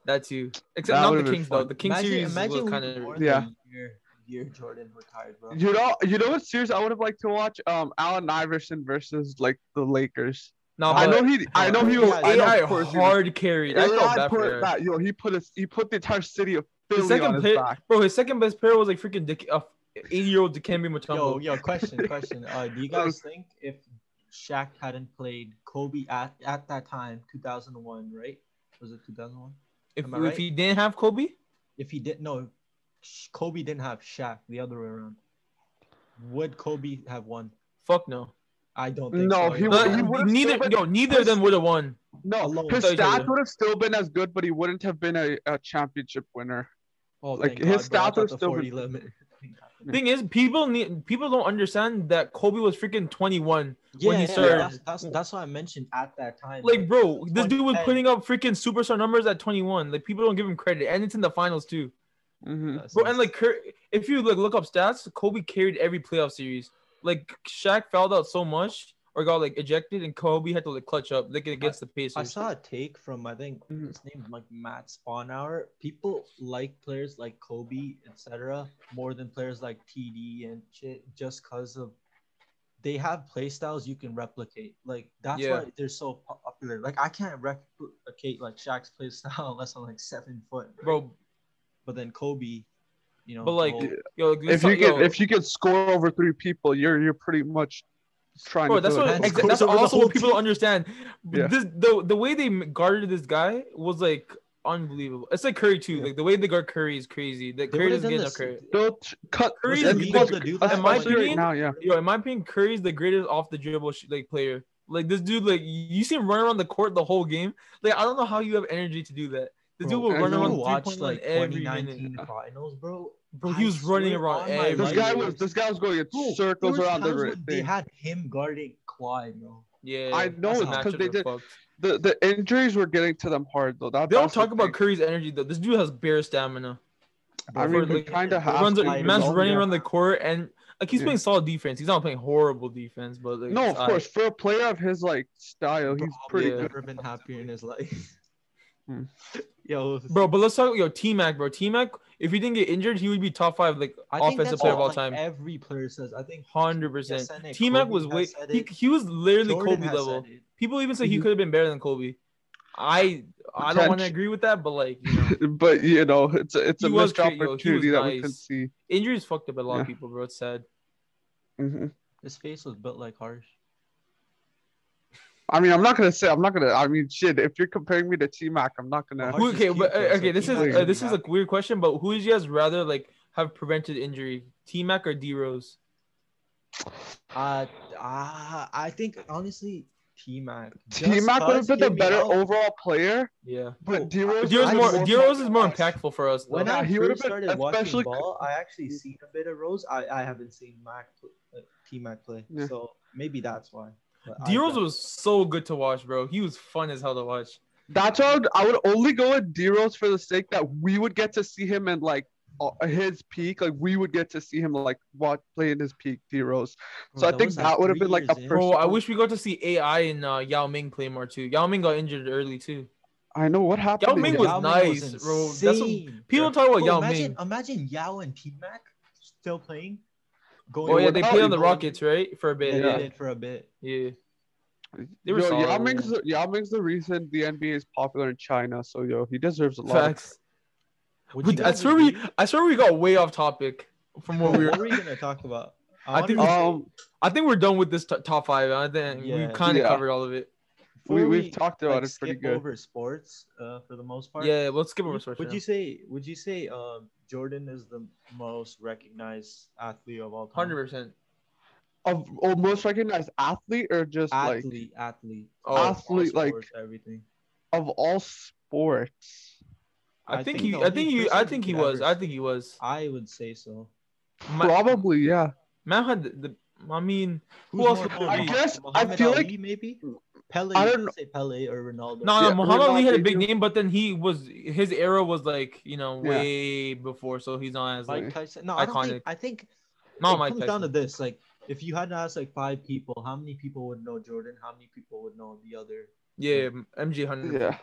S3: That too. Except
S1: That
S3: not
S1: would've
S3: the
S1: been
S3: Kings though.
S1: fun.
S3: The Kings series was kind of
S1: yeah.
S2: year, year Jordan retired, bro.
S1: You know, you know what series I would have liked to watch? Um, Allen Iverson versus like the Lakers.
S3: no,
S1: I
S3: but
S1: know he. I know he was.
S2: Yeah,
S1: I know,
S3: AI
S1: of course, he was-
S3: hard carried. I felt
S1: AI
S3: bad
S1: put
S3: for AI.
S1: that- yo, he put his, he put the entire city of
S3: His
S1: Philly on
S3: second
S1: his
S3: player,
S1: back.
S3: bro, his second best player was like freaking Dick, uh, 80 year old Dikembe
S2: Yo,
S3: Mutombo.
S2: yo, question, question. Uh, do you guys think if Shaq hadn't played Kobe at, at that time, 2001, right? Was it 2001?
S3: If,
S2: am I
S3: if
S2: right?
S3: he didn't have Kobe,
S2: If he didn't, no, Sh- Kobe didn't have Shaq, the other way around. Would Kobe have won?
S3: fuck no. I don't.
S2: think
S1: No,
S2: so,
S1: he
S2: yeah.
S1: was-
S3: No,
S1: he would've
S3: neither
S1: still been-
S3: yo, neither of them would have won.
S1: No,
S2: Alone.
S1: his
S3: Tell each other.
S1: stats would have still been as good, but he wouldn't have been a, a championship winner.
S2: Oh,
S1: like,
S2: thank
S1: his
S2: God, bro,
S1: stats
S2: I
S1: are
S2: thought the
S1: still
S2: 40
S1: ridiculous.
S2: limit.
S3: Thing is, people need people don't understand that Kobe was freaking 21.
S2: Yeah,
S3: he
S2: yeah,
S3: started-
S2: that's, that's that's why I mentioned at that time.
S3: Like, bro, this dude was
S2: 2010.
S3: putting up freaking superstar numbers at 21. Like, people don't give him credit, and it's in the finals too,
S1: Mhm.
S2: That's
S3: bro.
S2: nice.
S3: And like, Cur- if you look look up stats, Kobe carried every playoff series. Like, Shaq fouled out so much, or got like ejected, and Kobe had to like clutch up like against the
S2: I
S3: Pacers.
S2: saw a take from I think
S3: Mm-hmm.
S1: Mhm.
S2: his name is, like Matt Spawnhour. People like players like Kobe, etc., more than players like TD and shit, just because of they have play styles you can replicate. Like that's
S3: Yeah.
S2: why they're so po- popular. Like I can't replicate like Shaq's play style unless I'm like seven foot.
S3: Bro,
S2: But then Kobe, you know,
S3: But, like,
S2: the whole-
S3: yo, like,
S1: If
S3: let's
S1: you
S3: talk-
S1: can
S3: yo,
S1: if you can score over three people, you're you're pretty much trying
S3: Bro,
S1: to.
S3: that's
S1: do it.
S3: what
S2: That's
S3: exa-
S2: cool.
S3: that's
S2: So we're the
S3: also
S2: whole
S3: what people
S2: team.
S3: don't understand.
S1: Yeah.
S3: This the the way they guarded this guy was like unbelievable. It's like Curry too.
S2: Yeah.
S3: Like the way they guard Curry is crazy. That
S2: they
S3: Curry
S2: would've
S3: doesn't
S2: done
S3: get
S2: this-
S3: enough credit.
S1: They'll t- cut.
S3: Curry's
S1: and-
S3: legal
S2: to do
S1: especially
S2: that,
S3: in my opinion.
S1: now, yeah.
S3: Yo, in my opinion, Curry's the greatest off the dribble sh- like player. Like this dude, like you see him run around the court the whole game. Like I don't know how you have energy to do that. This
S2: Bro,
S3: dude will
S1: I
S3: run
S1: know.
S2: you
S3: around
S2: watch
S3: three
S2: like
S3: like every minute.
S2: 2019 finals, bro.
S3: Bro,
S2: I
S3: he was running
S2: swear
S3: around
S2: on my
S3: every.
S1: This
S2: life,
S1: guy
S2: bro.
S1: was this guy was going in
S2: Bro, there
S1: circles
S2: was
S1: around the
S2: times
S1: ri-
S2: when They
S1: thing.
S2: had him guarding Kawhi, bro.
S3: Yeah,
S1: I know
S3: that's
S2: it's
S3: how
S1: 'cause they
S3: matchups are
S1: did-
S3: fucked.
S1: The the injuries were getting to them hard though. That,
S3: They don't
S1: that's the
S3: talk about
S1: thing.
S3: Curry's energy though. This dude has bare stamina.
S1: I
S3: mean,
S2: Bro,
S3: we
S1: kinda
S2: look at
S1: have
S2: the
S3: runs,
S1: to,
S2: Kawhi
S1: you
S3: man's
S1: know?
S3: running
S1: Yeah.
S3: around the court and like he's
S1: Yeah.
S3: playing solid defense. He's not playing horrible defense, but like,
S1: No,
S3: it's
S1: of
S3: alright.
S1: course. For a player of his like style, he's pretty
S3: yeah.
S1: good.
S2: Never been happier in his life.
S1: Hmm.
S2: Yo,
S3: bro. But let's talk. Yo, T Mac, bro. T Mac, if he didn't get injured, he would be top five like offensive
S2: that's
S3: player of
S2: what,
S3: all
S2: like,
S3: time.
S2: Every player says. I think
S3: Hundred
S2: Jordan
S3: percent.
S2: has said it,
S3: T Mac
S2: Kobe
S3: was
S2: has
S3: way.
S2: said
S3: He,
S2: it,
S3: he was literally
S2: Jordan
S3: Kobe
S2: has
S3: level.
S2: said it.
S3: People even say he
S1: Mhm.
S3: could have been better than Kobe. I I don't want to
S1: Potential.
S3: agree with that, but like you know,
S1: But you know, it's a, it's a
S3: He was
S1: missed
S3: great, yo. He was
S1: opportunity that we
S3: nice.
S1: can see.
S3: injuries fucked up a lot of
S1: Yeah.
S3: people, bro. It's sad.
S1: hmm
S2: His face was built like harsh.
S1: I mean, I'm not gonna say I'm not gonna. I mean, shit. If you're comparing me to T Mac, I'm not gonna.
S2: Well,
S3: Who,
S2: Harsh is
S3: okay,
S2: cute,
S3: but,
S2: though,
S3: uh,
S2: so
S3: okay. This
S2: T-Mac
S3: is uh,
S1: would
S3: this
S2: be
S3: is a
S2: happy.
S3: weird question, but who would you guys rather like have prevented injury, T Mac or D Rose?
S2: Uh, uh I think honestly, T Mac.
S1: T Mac would have been the better overall player,
S3: Yeah,
S2: Bro,
S1: but D Rose.
S3: D Rose
S2: I-
S3: more. D Rose is more
S1: impactful.
S3: impactful for us.
S2: When
S3: though.
S1: Yeah,
S2: I
S1: he
S2: he
S1: would've
S2: first
S1: been-
S2: started
S1: especially-
S2: watching ball, I actually seen a bit of Rose. I, I haven't seen Mac play, T Mac play,
S1: Yeah.
S2: so maybe that's why. But I
S3: D Rose
S2: don't-
S3: was so good to watch, bro. He was fun as hell to watch.
S1: That's why I would- I would only go with D Rose for the sake that we would get to see him and like uh, his peak. Like we would get to see him like what play in his peak, D Rose.
S2: Bro,
S1: So I think
S2: was,
S1: that would have
S2: three
S1: been like
S2: years eh?
S1: a first-
S2: in.
S3: Bro,
S1: Personal-
S3: I wish we got to see AI and uh, Yao Ming play more too. Yao Ming got injured early too.
S1: I know what happened.
S3: Yao
S1: to
S3: Ming
S1: him.
S3: was
S2: Yao
S3: nice, bro. That's what-
S2: insane.
S3: People talk about
S2: Bro,
S3: Yao
S2: imagine,
S3: Ming.
S2: imagine Yao and T Mac still playing. Going
S3: Oh yeah,
S1: without
S3: they played on the
S1: him.
S3: Rockets, right? For a
S2: They
S3: bit.
S1: Yeah.
S2: did it for a bit.
S3: Yeah. yeah. They were
S1: Yo,
S3: solid,
S1: Yao
S3: man.
S1: Ming's, the, Yao Ming's the reason the NBA is popular in China. So yo, he deserves a lot. of-
S3: Facts.
S2: Would
S3: But
S2: you
S3: I
S2: guys
S3: swear we
S2: agree?
S3: I swear we got way off topic from what we
S2: What
S3: were.
S2: were we gonna talk about?
S3: I think
S2: wanna-
S1: Um,
S3: I think we're done with this t- top five. I think
S2: Yeah.
S3: we kind of
S1: Yeah.
S3: covered all of it.
S2: before
S1: we we've talked about
S2: like,
S1: it pretty
S2: skip
S1: good.
S2: over sports uh, for the most part.
S3: Yeah, let's skip over sports.
S2: Would
S3: now.
S2: you say? Would you say uh, Jordan is the most recognized athlete of all time?
S3: Hundred percent.
S1: Of or most recognized athlete or just like
S2: athlete, athlete,
S3: Oh.
S2: All
S1: Athlete, like-
S2: sports, everything.
S1: of all sports.
S3: I,
S2: I
S3: think
S2: think
S3: he.
S2: the
S3: I think
S2: only
S3: he. I
S2: person
S3: think
S2: who
S3: he
S2: could
S3: was.
S2: ever-
S3: I think he was.
S2: I would say so.
S3: Ma-
S1: Probably, yeah.
S3: Matt had the. the I mean, Who
S2: Who's
S3: else
S2: more
S3: would
S2: known?
S3: I
S1: guess- I
S2: Muhammad
S1: feel
S2: Ali,
S1: like-
S2: maybe Pele.
S1: I
S2: you
S1: don't
S2: could say Pele or Ronaldo.
S3: no, no,
S1: Yeah,
S3: Muhammad Ali had a
S1: Ronaldo,
S3: big
S1: you-
S3: name, but then he was his era was like you know
S1: Yeah.
S3: way before, so he's not as like
S2: Mike Tyson. No, I don't
S3: Iconic.
S2: think. I think
S3: not
S2: it
S3: Mike
S2: comes down to
S3: Tyson.
S2: this. Like, if you had to ask like five people, how many people would know Jordan? How many people would know the other?
S3: Yeah, MJ hundred.
S1: Yeah.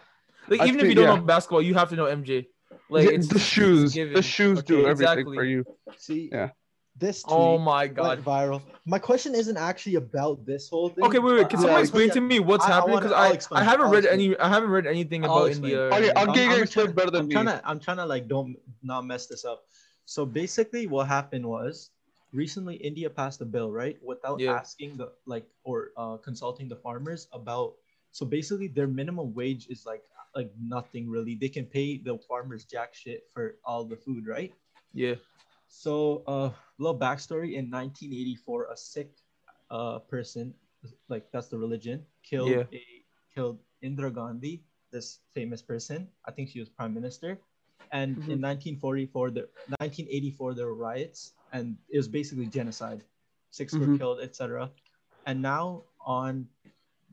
S3: Like
S1: I
S3: even if
S1: think-
S3: you
S1: yeah.
S3: don't know basketball, you have to know MJ. Like
S1: Yeah,
S3: it's
S1: the shoes, the
S3: given.
S1: shoes do
S3: Okay,
S1: everything
S3: exactly.
S1: for you.
S2: See,
S1: Yeah.
S2: this tweet
S3: Oh my
S2: went
S3: god.
S2: viral. My question isn't actually about this whole thing.
S3: Okay, wait, wait. Can
S2: but
S3: someone
S2: I'll
S3: explain to me what's
S2: I- I
S3: happening?
S2: wanna-
S3: Because
S2: I'll
S3: I, I,
S2: explain.
S3: haven't
S2: I'll
S3: read
S2: explain.
S3: any I haven't read anything
S2: I'll
S3: about
S2: explain.
S3: India. or
S1: Okay,
S3: anything.
S1: I'm getting
S2: I'm
S1: explained better than
S2: I'm
S1: me.
S2: trying to I'm trying to like don't not mess this up. So basically, what happened was recently India passed a bill, right, without
S3: Yeah.
S2: asking the like or uh, consulting the farmers about. So basically, their minimum wage is like like nothing really. They can pay the farmers jack shit for all the food, right?
S3: yeah.
S2: So, uh, little backstory in 1984, a Sikh uh, person, like that's the religion, killed
S3: Yeah.
S2: a, killed Indira Gandhi, this famous person. I think she was prime minister. And in 1944, the 1984, there were riots, and it was basically genocide. 6 were
S1: Mhm.
S2: killed, etc. And now on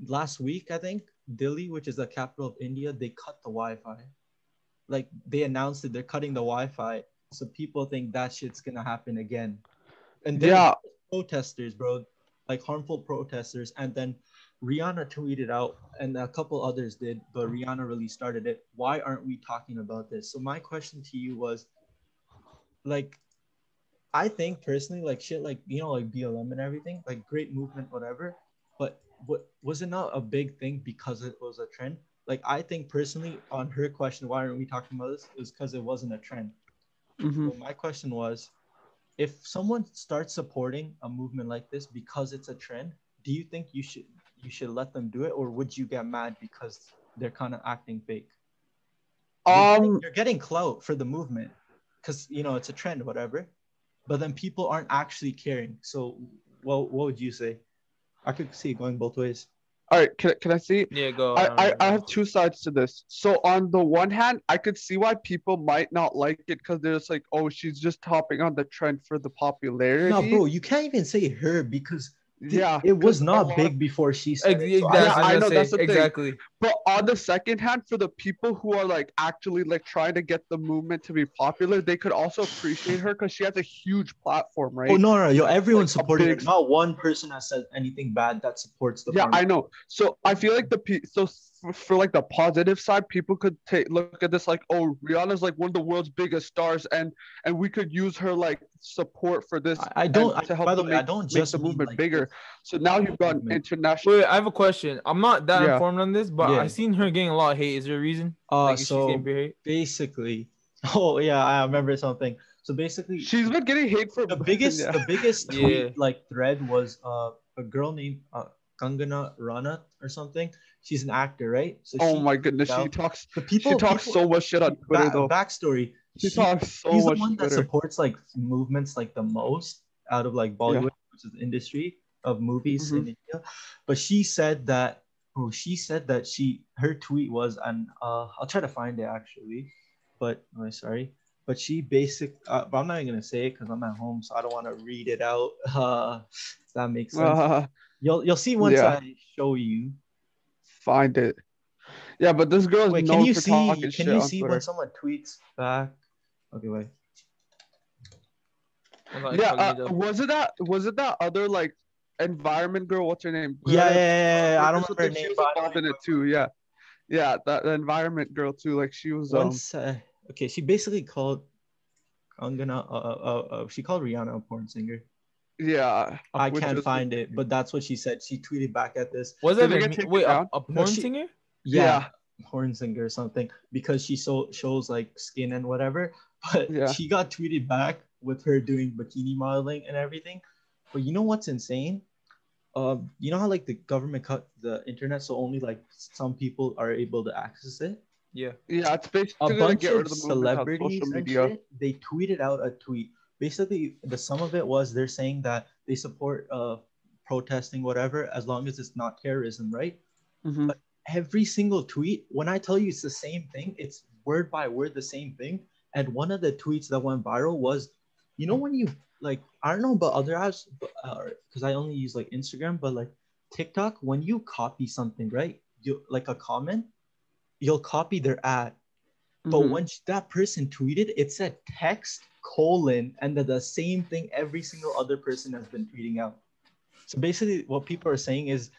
S2: last week, I think Delhi, which is the capital of India, they cut the Wi-Fi. Like they announced that they're cutting the Wi-Fi, so people think that shit's gonna happen again. And they're
S1: Yeah,
S2: protesters, bro. like harmful protesters. And then Rihanna tweeted out, and a couple others did, but Rihanna really started it. Why aren't we talking about this? So my question to you was, like, I think personally, like shit, like you know, like BLM and everything, like great movement, whatever. But what was it not a big thing because it was a trend? Like I think personally, on her question, why aren't we talking about this? It was because it wasn't a trend.
S1: Mhm.
S2: So my question was, if someone starts supporting a movement like this because it's a trend, do you think you should you should let them do it, or would you get mad because they're kind of acting fake? You're getting-
S1: Um,
S2: you're getting clout for the movement because you know it's a trend, whatever. But then people aren't actually caring. So, well, what would you say? I could see it going both ways.
S1: all right. Can, can I see?
S3: Yeah, go.
S1: I,
S2: Um,
S1: I, I have two sides to this. So on the one hand, I could see why people might not like it because they're just like, oh, she's just hopping on the trend for the popularity.
S2: No, bro, you can't even say her because th-
S1: Yeah.
S2: it was
S1: a
S2: not
S1: lot
S2: big before she started.
S3: Exactly.
S2: so I-
S1: Yeah,
S3: I,
S1: I
S3: know
S1: know, that's the thing.
S3: exactly.
S1: But on the second hand, for the people who are like actually like trying to get the movement to be popular, they could also appreciate her because she has a huge platform, right?
S2: Oh no, no, yo! Everyone's
S1: Like, a
S2: supporting her.
S1: big-
S2: Not one person has said anything bad that supports the.
S1: yeah,
S2: farm.
S1: I know. So I feel like the pe- so for, for like the positive side, people could take look at this like, oh, Rihanna's like one of the world's biggest stars, and and we could use her like support for this.
S2: I- I don't.
S1: and
S2: I, by the way, I don't
S1: make
S2: just
S1: the
S2: mean,
S1: movement
S2: like,
S1: bigger. So now you've got an
S2: Movement.
S1: international.
S3: Wait, I have a question. I'm not that
S1: Yeah.
S3: informed on this, but
S2: Yeah.
S3: I seen her getting a lot of hate. Is there a reason?
S2: Uh,
S3: Like, if she's
S2: so
S3: getting big hate?
S2: basically, oh yeah, I remember something. So basically,
S1: She's been getting hate for
S2: the biggest
S1: Yeah.
S2: the biggest tweet
S3: Yeah.
S2: like thread was uh, a girl named uh, Kangana Rana or something. She's an actor, right? So
S1: Oh
S2: she-
S1: my goodness, she
S2: now-
S1: talks.
S2: the people
S1: she talks
S2: people-
S1: so much shit on Twitter
S2: back-
S1: though.
S2: Backstory:
S1: she,
S2: she-
S1: talks so
S2: he's
S1: much
S2: the one that
S1: Twitter.
S2: supports like movements like the most out of like Bollywood, which is the industry of movies
S1: Mm-hmm.
S2: in India. But she said that oh, she said that she her tweet was and uh, I'll try to find it actually, but oh, I'm sorry. But she basic, uh, but I'm not even gonna say it because I'm at home, so I don't want to read it out. Uh, if that makes sense.
S1: Uh,
S2: you'll you'll see once
S1: yeah.
S2: I show you.
S1: find it. Yeah, but this girl is
S2: Wait,
S1: known
S2: can you
S1: for
S2: see?
S1: talking shit
S2: Can you
S1: on
S2: see
S1: Twitter.
S2: when someone tweets back? Okay, wait.
S3: I'm not
S1: yeah,
S3: fucking
S1: uh,
S3: it up.
S1: was it that? Was it that other like environment girl? What's her name?
S2: Yeah, yeah,
S1: Greta
S2: yeah, yeah, I
S1: Thunberg or something?
S2: don't remember her
S1: She
S2: name.
S1: was
S2: but I don't
S1: involved in
S2: remember.
S1: it too. Yeah, yeah, that the environment girl too. Like she was. Um,
S2: Once, uh, okay, she basically called. I'm gonna. Uh, uh, uh, she called Rihanna a porn singer.
S1: yeah,
S2: I
S1: which
S2: can't
S1: is-
S2: find it, but that's what she said. She tweeted back at this.
S3: Was
S1: Did it
S3: that a
S1: get
S3: me-
S1: taken
S3: wait a,
S1: down?
S3: a porn
S2: she-
S3: singer?
S1: yeah,
S2: porn singer or something because she so shows like skin and whatever. But
S1: Yeah.
S2: she got tweeted back with her doing bikini modeling and everything. But you know what's insane? Um, you know how like the government cut the internet, so only like some people are able to access it.
S3: Yeah.
S1: yeah. It's
S2: a
S1: basically to
S2: bunch
S1: get rid of
S2: of
S1: the movement on
S2: celebrities
S1: social
S2: and
S1: media.
S2: shit, they tweeted out a tweet. Basically, the sum of it was they're saying that they support uh, protesting, whatever, as long as it's not terrorism, right? Mm-hmm,
S1: Mhm.
S2: Every single tweet, when I tell you it's the same thing, it's word by word the same thing. And one of the tweets that went viral was, you know, when you like, I don't know about other apps, because I only use like Instagram, but like TikTok, when you copy something, right? You like a comment, you'll copy their ad.
S1: Mhm.
S2: But when sh- that person tweeted, it said text colon and then the same thing every single other person has been tweeting out. So basically, what people are saying is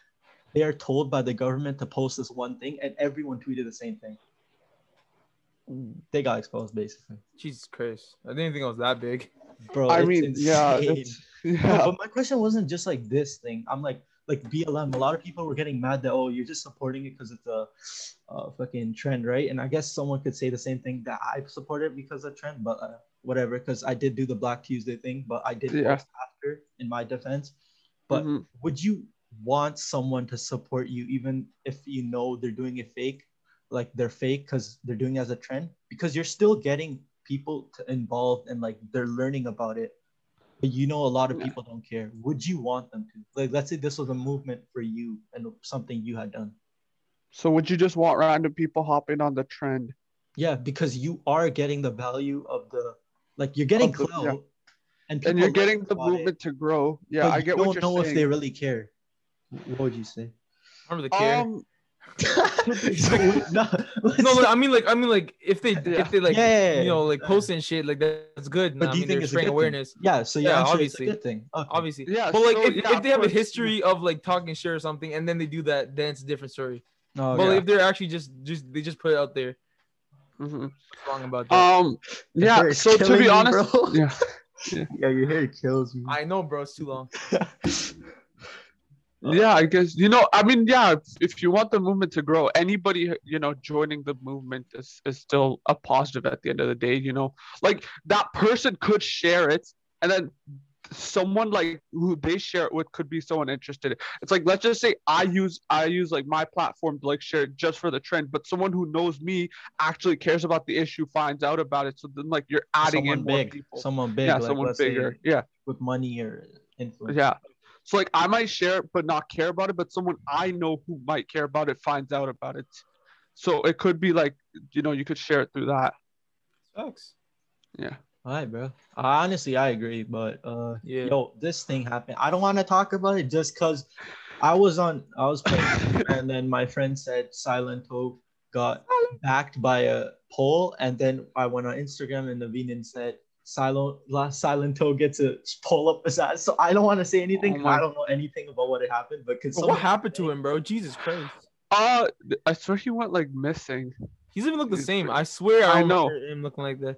S2: they are told by the government to post this one thing, and everyone tweeted the same thing. They got exposed, basically,
S3: Jesus Christ. I didn't think it was that big.
S2: bro.
S1: I
S2: it's
S1: mean, yeah,
S2: insane.
S1: it's,
S2: No,
S1: yeah.
S2: but my question wasn't just like this thing. I'm like, like BLM. A lot of people were getting mad that oh, you're just supporting it because it's a, uh fucking trend, right? And I guess someone could say the same thing that I support it because of trend, but uh, whatever. Because I did do the Black Tuesday thing, but I did
S1: Yeah.
S2: post after in my defense. But
S1: Mhm.
S2: would you want someone to support you even if you know they're doing it fake, like they're fake because they're doing it as a trend? Because you're still getting people to involved and like they're learning about it but you know a lot of
S1: Yeah.
S2: people don't care would you want them to like let's say this was a movement for you and something you had done
S1: So would you just want random people hopping on the trend?
S2: yeah because you are getting the value of the like you're getting
S1: Of the-
S2: clout
S1: yeah.
S2: people
S1: and you're
S2: learn
S1: getting the
S2: about it,
S1: movement to grow. Yeah,
S2: but
S1: I
S2: you
S1: get
S2: don't
S1: what you're
S2: know
S1: saying.
S2: if they really care what would you say
S3: Remember the care?
S1: Um,
S2: no,
S3: No, but I mean like I mean like if they
S1: Yeah.
S3: if they like
S2: yeah,
S3: you know like
S2: yeah.
S3: post and shit like that's good.
S2: But
S3: Nah,
S2: do you think
S3: I mean they're
S2: it's a
S3: spreading
S2: good thing?
S3: awareness.
S2: yeah. So yeah,
S3: Yeah,
S2: obviously,
S3: obviously.
S2: it's a good thing. Okay.
S3: Obviously.
S1: Yeah,
S3: But like
S1: so,
S3: if,
S1: yeah,
S3: if
S1: of
S3: they have a
S1: course.
S3: history of like talking shit or something and then they do that, then it's a different story.
S2: No,
S3: but
S2: Oh, yeah.
S3: if they're actually just just they just put it out there,
S1: Mhm.
S2: Mm-hmm.
S3: what's wrong about that.
S1: Um, yeah.
S2: They're
S1: So to
S2: killing
S1: be
S2: you,
S1: honest,
S2: bro.
S1: yeah.
S2: yeah, your hair kills me.
S3: I know, bro. It's too long.
S1: Yeah, I guess you know. I mean, yeah. if- If you want the movement to grow, anybody you know joining the movement is is still a positive at the end of the day. You know, like that person could share it, and then someone like who they share it with could be someone interested. It's like let's just say I use I use like my platform to like share it just for the trend, but someone who knows me actually cares about the issue, finds out about it. So then like you're adding
S2: someone
S1: in more
S2: big,
S1: people.
S2: someone big,
S1: yeah,
S2: like,
S1: someone
S2: let's say,
S1: bigger. Yeah.
S2: with money or influence.
S1: Yeah. So like I might share it but not care about it, but someone I know who might care about it finds out about it. So it could be like you know, you could share it through that.
S3: Sucks.
S2: All right, bro. I, honestly, I agree, but uh,
S3: Yeah.
S2: yo, this thing happened. I don't want to talk about it just cause I was on, I was playing, and then my friend said Silent Hope got backed by a poll, and then I went on Instagram and Naveen said Silent last Silent Hope gets a poll up his ass. So I don't want to say anything.
S1: Oh my-
S2: I don't know anything about what had happened, but can
S3: Bro, what happened to him, bro? Jesus Christ.
S1: Uh th- I swear he went like missing.
S3: He doesn't even look the
S1: He's
S3: same.
S1: pretty-
S3: I swear I,
S1: I
S3: know
S1: know.
S3: him looking like that.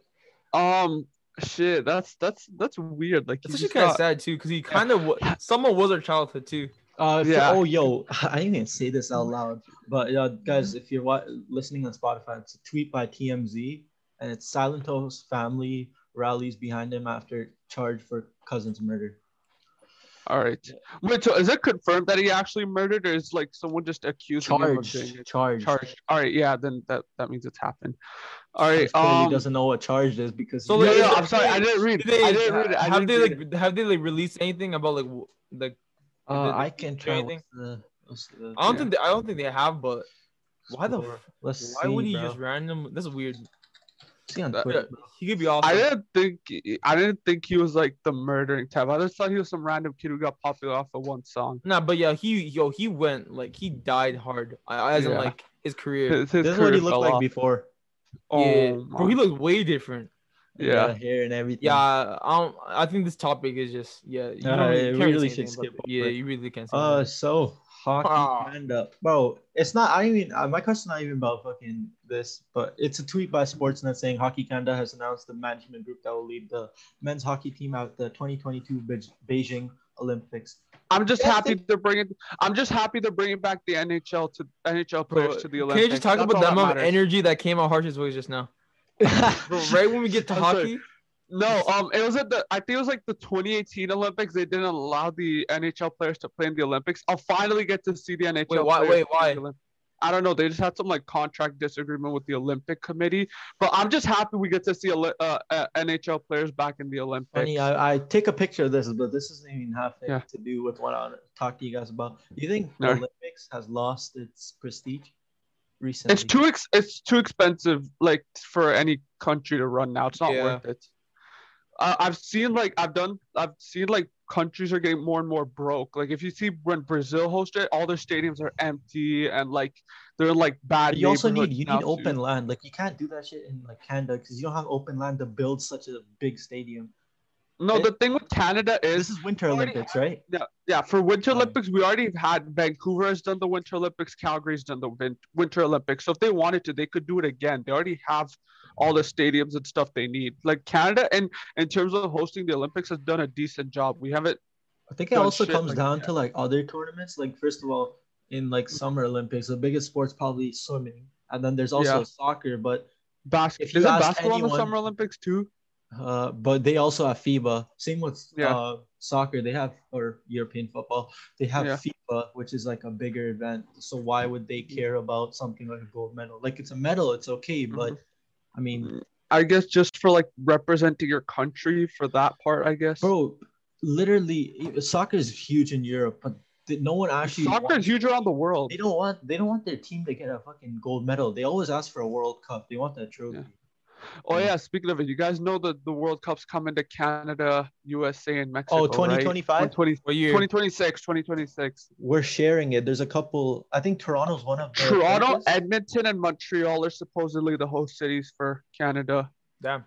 S1: Um shit, that's that's that's weird. Like he
S3: That's actually
S1: just
S3: kind of
S1: got-
S3: sad too, because he kind of wa- someone was our childhood too.
S2: Uh, if you-
S1: Yeah.
S2: oh, yo, I didn't even say this out loud, but uh, guys, if you're wa- listening on Spotify, it's a tweet by TMZ, and it's Silent Hill's family rallies behind him after charge for cousin's murder.
S1: all right. Wait, so is it confirmed that he actually murdered or is like someone just accusing him of doing
S2: Charged,
S1: it?
S2: charged.
S1: Charged. All right, yeah, then that that means it's happened. All
S2: He
S1: right. Um
S2: doesn't know what charged is because
S3: So,
S1: no,
S3: like,
S1: no,
S3: is
S1: no,
S3: it-
S1: I'm sorry, I didn't read
S3: Did
S1: it.
S3: they,
S1: I didn't read it. I didn't
S3: have they
S1: read
S3: like have they like released anything about like w- like
S2: uh,
S3: did
S2: I Uh, can try.
S3: anything?
S2: What's the, what's the,
S3: I don't
S1: Yeah.
S3: think they, I don't think they have, but why the
S2: score?
S3: f-
S2: Let's
S3: why
S2: see,
S3: would he
S2: bro.
S3: just random? That's weird.
S2: see on
S1: that-
S3: Yeah,
S2: Twitter?
S3: he could be off.
S1: I didn't think I didn't think he was like the murdering type. I just thought he was some random kid who got popular off of one song.
S3: Nah, but yeah, he yo he went like he died hard. I as in
S1: Yeah.
S3: like his career.
S1: His, his
S2: This is what he
S1: career
S2: looked
S1: fell
S2: like
S1: off.
S2: before.
S3: yeah,
S1: Oh,
S3: bro, he looked way different.
S1: yeah.
S2: The hair and everything.
S3: Yeah, I don't. I think this topic is just yeah. You
S2: Uh,
S3: don't
S2: it
S3: can't
S2: really
S3: say
S2: should
S3: anything about
S2: skip
S3: it. Yeah,
S2: over.
S3: you really can't. Say
S2: Uh,
S3: anything.
S2: so hockey
S3: Ah.
S2: panda, bro. It's not. I mean, uh, my question's not even about fucking this, but it's a tweet by Sportsnet saying Hockey Canada has announced the management group that will lead the men's hockey team out the 2022 Be- Beijing Olympics.
S1: I'm just
S2: Yeah, I
S1: happy
S2: think-
S1: they're bringing. I'm just happy they're bringing back the NHL to NHL
S3: Bro,
S1: players to the
S3: Can
S1: Olympics.
S3: you just talk
S1: That's
S3: about
S1: all
S3: the amount of
S1: matters.
S3: energy that came out Harsh's voice just now? Bro, right when we get to
S1: I'm sorry.
S3: hockey,
S1: No, um, it was at the. I think it was like the 2018 Olympics. They didn't allow the NHL players to play in the Olympics. I'll finally get to see the NHL.
S3: why-
S1: players
S3: wait,
S1: in the
S3: why?
S1: Olymp- I don't know. They just had some like contract disagreement with the Olympic Committee. But I'm just happy we get to see Oli- uh, uh, NHL players back in the Olympics.
S2: Funny, I, I take a picture of this, but this doesn't even have
S1: Yeah.
S2: to do with what I want to talk to you guys about. Do you think
S1: No.
S2: the Olympics has lost its prestige recently?
S1: it's too ex- It's too expensive, like for any country to run now. It's not
S3: Yeah.
S1: worth it. Uh, I've seen like I've done. I've seen like countries are getting more and more broke. Like if you see when Brazil hosted, it, all their stadiums are empty and like they're in, like bad.
S2: But you also need
S1: neighborhoods
S2: you
S1: now,
S2: need
S1: too.
S2: open land. Like you can't do that shit in like Canada because you don't have open land to build such a big stadium.
S1: No, the thing with Canada
S2: This
S1: is
S2: is Winter
S1: already
S2: Olympics, right?
S1: yeah, yeah. For Winter
S2: Um,
S1: Olympics, we already had Vancouver has done the Winter Olympics, Calgary's done the win- Winter Olympics. So if they wanted to, they could do it again. They already have all the stadiums and stuff they need. Like Canada, and in terms of hosting the Olympics, has done a decent job. We haven't.
S2: I think it
S1: Done
S2: also
S1: shit
S2: comes
S1: like
S2: down
S1: that. Mm.
S2: to like other tournaments. Like first of all, in like summer Olympics, the biggest sport's probably swimming, and then there's also
S1: Yeah.
S2: soccer. But
S1: Bas-
S2: If
S1: is
S2: you
S1: it
S2: ask
S1: basketball in
S2: anyone-
S1: the Summer Olympics too?
S2: uh, but they also have FIBA. Same with
S1: Yeah.
S2: uh, soccer, they have or European football, they have
S1: Yeah. Mm.
S2: FIBA, which is like a bigger event. So why would they care about something like a gold medal? Like it's a medal, it's okay,
S1: Mm-hmm.
S2: but I mean,
S1: I guess just for like representing your country for that part, I guess.
S2: bro literally soccer is huge in europe but th- no one actually
S1: Soccer
S2: wants-
S1: is huge around the world.
S2: they don't want they don't want their team to get a fucking gold medal they always ask for a world cup they want that trophy
S1: Oh yeah, speaking of it, you guys know that the World Cup's coming to Canada, USA, and Mexico.
S2: Oh,
S1: right?
S2: 2025?
S1: 2020
S3: What year?
S1: 2026, 2026.
S2: We're sharing it. There's a couple. I think Toronto's one of the
S1: Toronto,
S2: places.
S1: Edmonton, and Montreal are supposedly the host cities for Canada.
S3: Damn.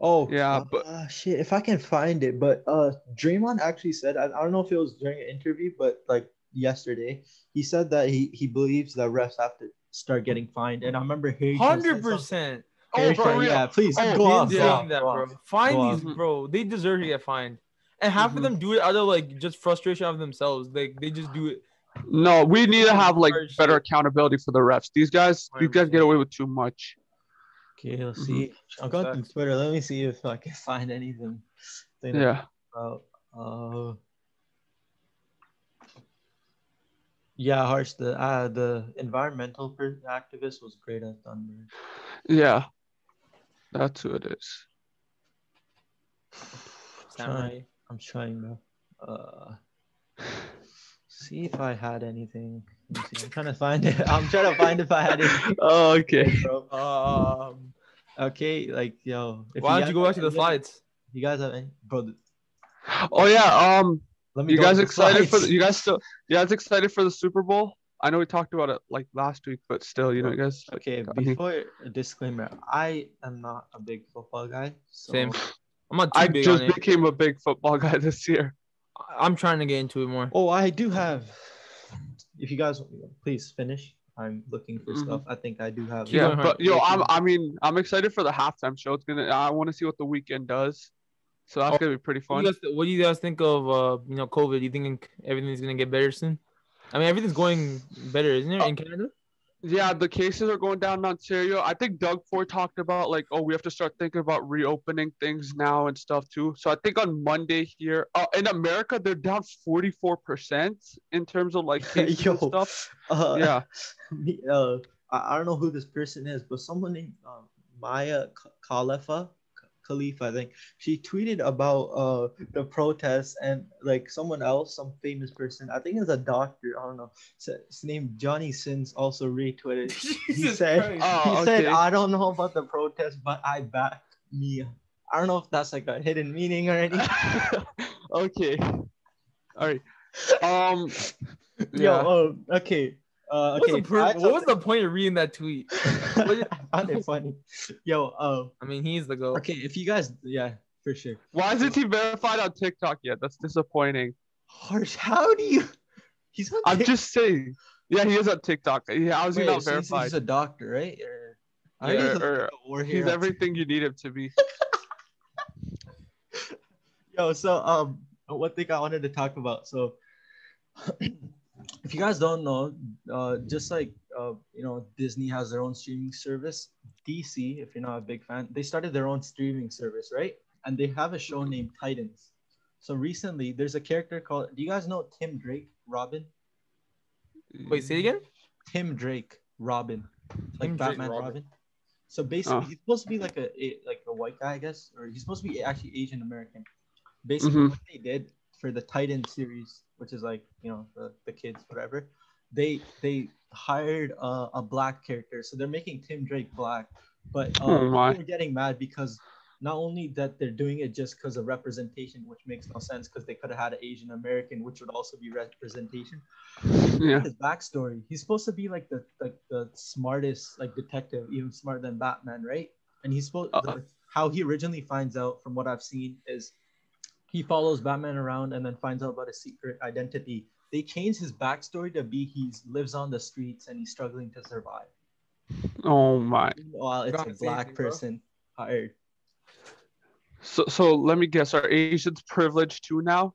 S2: Oh
S1: Yeah,
S2: uh,
S1: but-
S2: uh, shit, if I can find it, but uh, Draymond actually said I, I don't know if it was during an interview, but like yesterday, he said that he he believes that refs have to start getting fined, and I remember hearing him say
S3: Hundred
S2: something.
S3: percent.
S1: Oh,
S2: Hearing
S1: for
S2: him-
S1: real.
S2: yeah, please
S1: Oh,
S2: go off,
S1: yeah.
S2: go off,
S3: saying that,
S2: go
S3: bro.
S2: off. Go
S3: Find
S2: off.
S3: these, bro. They deserve to get fined, and half
S2: Mhm.
S3: of them do it out of like just frustration of themselves. Like they just do it.
S1: No, we need to have like
S3: First-
S1: better accountability for the refs. These guys, these guys get
S3: 100%.
S1: away with too much.
S2: Okay, let's see. I'm going through
S3: Facts.
S2: Twitter. Let me see if I can find anything. Thing to
S1: Yeah.
S2: about. Uh, yeah, Harsh, the uh, the environmental per- activist was great at Thunberg.
S1: Yeah. That's who it is.
S2: Trying- I'm trying to uh, see if I had anything. Let me see. I'm trying to find it. I'm trying to find if I had it.
S1: Oh, okay.
S2: Bro.
S3: Um,
S2: Okay, like yo. If
S3: why don't
S2: guys
S3: you go back
S2: have
S3: to the
S2: any-
S3: slides?
S2: You guys have any, bro? th-
S1: Oh yeah. Um,
S2: Let me.
S1: you
S2: go
S1: guys
S2: to the
S1: excited for
S2: slides.
S1: the, you guys still you guys excited for the Super Bowl? I know we talked about it like last week, but still, you know, you guys.
S2: Okay,
S1: Got any-
S2: before a disclaimer, I am not a big football guy. So
S3: Same. I'm not too
S1: I
S3: big
S1: just
S3: on it.
S1: became a big football guy this year.
S3: I- I'm trying to get into it more.
S2: Oh, I do have. If you guys please finish, I'm looking for
S1: Mhm.
S2: stuff. I think I do have.
S3: Keep
S1: Yeah,
S3: going,
S1: but
S3: Harvey.
S1: yo, I'm I mean I'm excited for the halftime show. It's gonna I want to see what the weekend does. So that's
S3: Oh,
S1: gonna be pretty fun.
S3: What do, you guys, what do you guys think of uh, you know COVID? You think everything's gonna get better soon? I mean, everything's going better, isn't it, in Canada?
S1: Yeah, the cases are going down in Ontario. I think Doug Ford talked about like, oh, we have to start thinking about reopening things now and stuff too. So I think on Monday here, uh, in America, they're down 44% in terms of like cases
S2: Yo,
S1: and stuff.
S2: Uh,
S1: Yeah.
S2: me- uh, I, I don't know who this person is, but someone named um, Maya K- Khalifa, K- Khalifa, I think she tweeted about uh, the protests and like someone else, some famous person, I think it's a doctor, I don't know, sa- his name Johnny Sins also retweeted. he
S3: Jesus
S2: said,
S3: Christ.
S1: Oh,
S2: he said,
S1: okay.
S2: I don't know about the protest, but I back Mia. I don't know if that's like a hidden meaning or anything.
S1: okay. All right. Um, yeah.
S2: Yo, uh, okay. Uh,
S3: What's
S2: okay.
S3: the pur-
S2: I-
S3: what was the point of reading that tweet?
S2: I found it funny. Yo, uh,
S3: I mean, he's the goat.
S2: Okay, if you guys, yeah, for sure.
S1: Why isn't he verified on TikTok yet? That's disappointing.
S2: Harsh, how do you? He's on
S1: I'm
S2: Tik-
S1: just saying. Yeah, he is on TikTok. Yeah, how is he
S2: Wait,
S1: not
S2: so he's-
S1: verified?
S2: He's a doctor, right? Or, I
S1: Yeah,
S2: heard he's a
S1: or-
S2: fucking war
S1: He's
S2: hero.
S1: everything you need him to be.
S2: Yo, so um, one thing I wanted to talk about. So, if you guys don't know, uh, just like uh, you know, Disney has their own streaming service. DC, if you're not a big fan, they started their own streaming service, right? And they have a show named Titans. So recently, there's a character called. Do you guys know Tim Drake, Robin?
S3: Wait, say it again.
S2: Tim Drake, Robin, like
S3: Tim Drake,
S2: Batman Robin.
S3: Robin.
S2: So basically,
S1: Oh.
S2: he's supposed to be like a, a- like a white guy, I guess, or he's supposed to be actually Asian American. Basically,
S1: Mhm.
S2: what they did for the Titan series, which is like you know the, the kids, whatever, they they hired a, a black character, so they're making Tim Drake black. But uh,
S1: Oh my.
S2: people are getting mad because not only that they're doing it just because of representation, which makes no sense because they could have had an Asian American, which would also be representation
S1: Yeah.
S2: his backstory. He's supposed to be like the like the smartest like detective, even smarter than Batman, right? And he's supposed
S1: Uh-uh.
S2: like, how he originally finds out from what I've seen is he follows Batman around and then finds out about his secret identity. They change his backstory to be he lives on the streets and he's struggling to survive.
S1: Oh my.
S2: Meanwhile, it's
S3: Gotta
S2: a
S3: say
S2: black
S3: anything, bro.
S2: person hired.
S1: So, so let me guess. Are Asians privileged too now?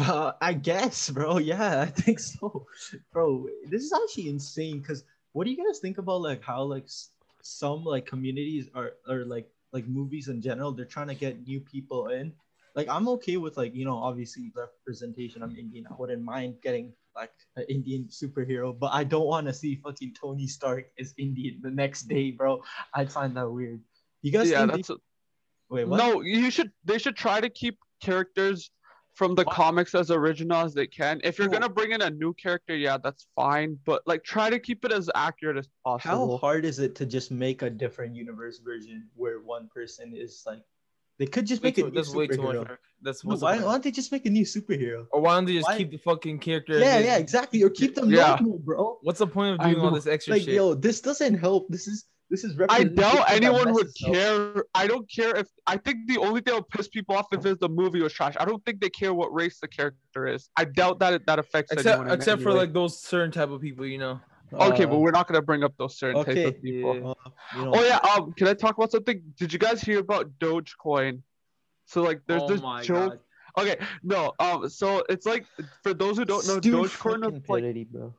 S2: Uh, I guess, bro. Yeah, I think so, bro. This is actually insane. Cause what do you guys think about like how like s- some like communities are or like like movies in general? They're trying to get new people in. Like I'm okay with like you know obviously representation. I'm Indian. I wouldn't mind getting like an Indian superhero, but I don't want to see fucking Tony Stark is Indian the next day, bro. I'd find that weird. You guys?
S1: yeah,
S2: think they-
S1: that's a,
S2: Wait, what?
S1: no. You should. They should try to keep characters from the
S2: Why-
S1: comics as original as they can. If you're
S2: Cool.
S1: gonna bring in a new character, yeah, that's fine. But like, try to keep it as accurate as
S2: How
S1: possible.
S2: hard is it to just make a different universe version where one person is like, they could just
S3: Way
S2: make a
S3: too-
S2: new
S3: that's way too much.
S2: superhero.
S3: work. That's
S2: No,
S3: what's
S2: why,
S3: up.
S2: why don't they just make a new superhero?
S3: Or why don't they just
S2: why-
S3: keep the fucking character?
S2: Yeah,
S3: as
S2: yeah,
S3: is?
S2: exactly. Or keep them
S1: Yeah.
S2: normal, bro.
S3: What's the point of
S1: I
S3: doing all
S1: know.
S3: this extra
S2: Like,
S3: shit?
S2: yo, this doesn't help. This is this is.
S1: I
S2: representation
S1: doubt
S2: that
S1: anyone would
S2: messes up.
S1: care. I don't care if I think the only thing that would piss people off if is the movie was trash. I don't think they care what race the character is. I doubt that it, that affects
S3: except
S1: anyone. in
S3: except
S1: any
S3: for
S1: way.
S3: like those certain type of people, you know.
S1: okay,
S2: Uh,
S1: but we're not gonna bring up those certain
S2: okay.
S1: types of people.
S3: Yeah.
S2: uh, you know,
S1: Oh yeah, um, can I talk about something? Did you guys hear about Dogecoin? So like,
S3: Oh
S1: there's this joke. Okay, no, um, so it's like for those who don't know,
S2: Stu
S1: Dogecoin is
S2: freaking
S1: like
S2: Pirotti, bro.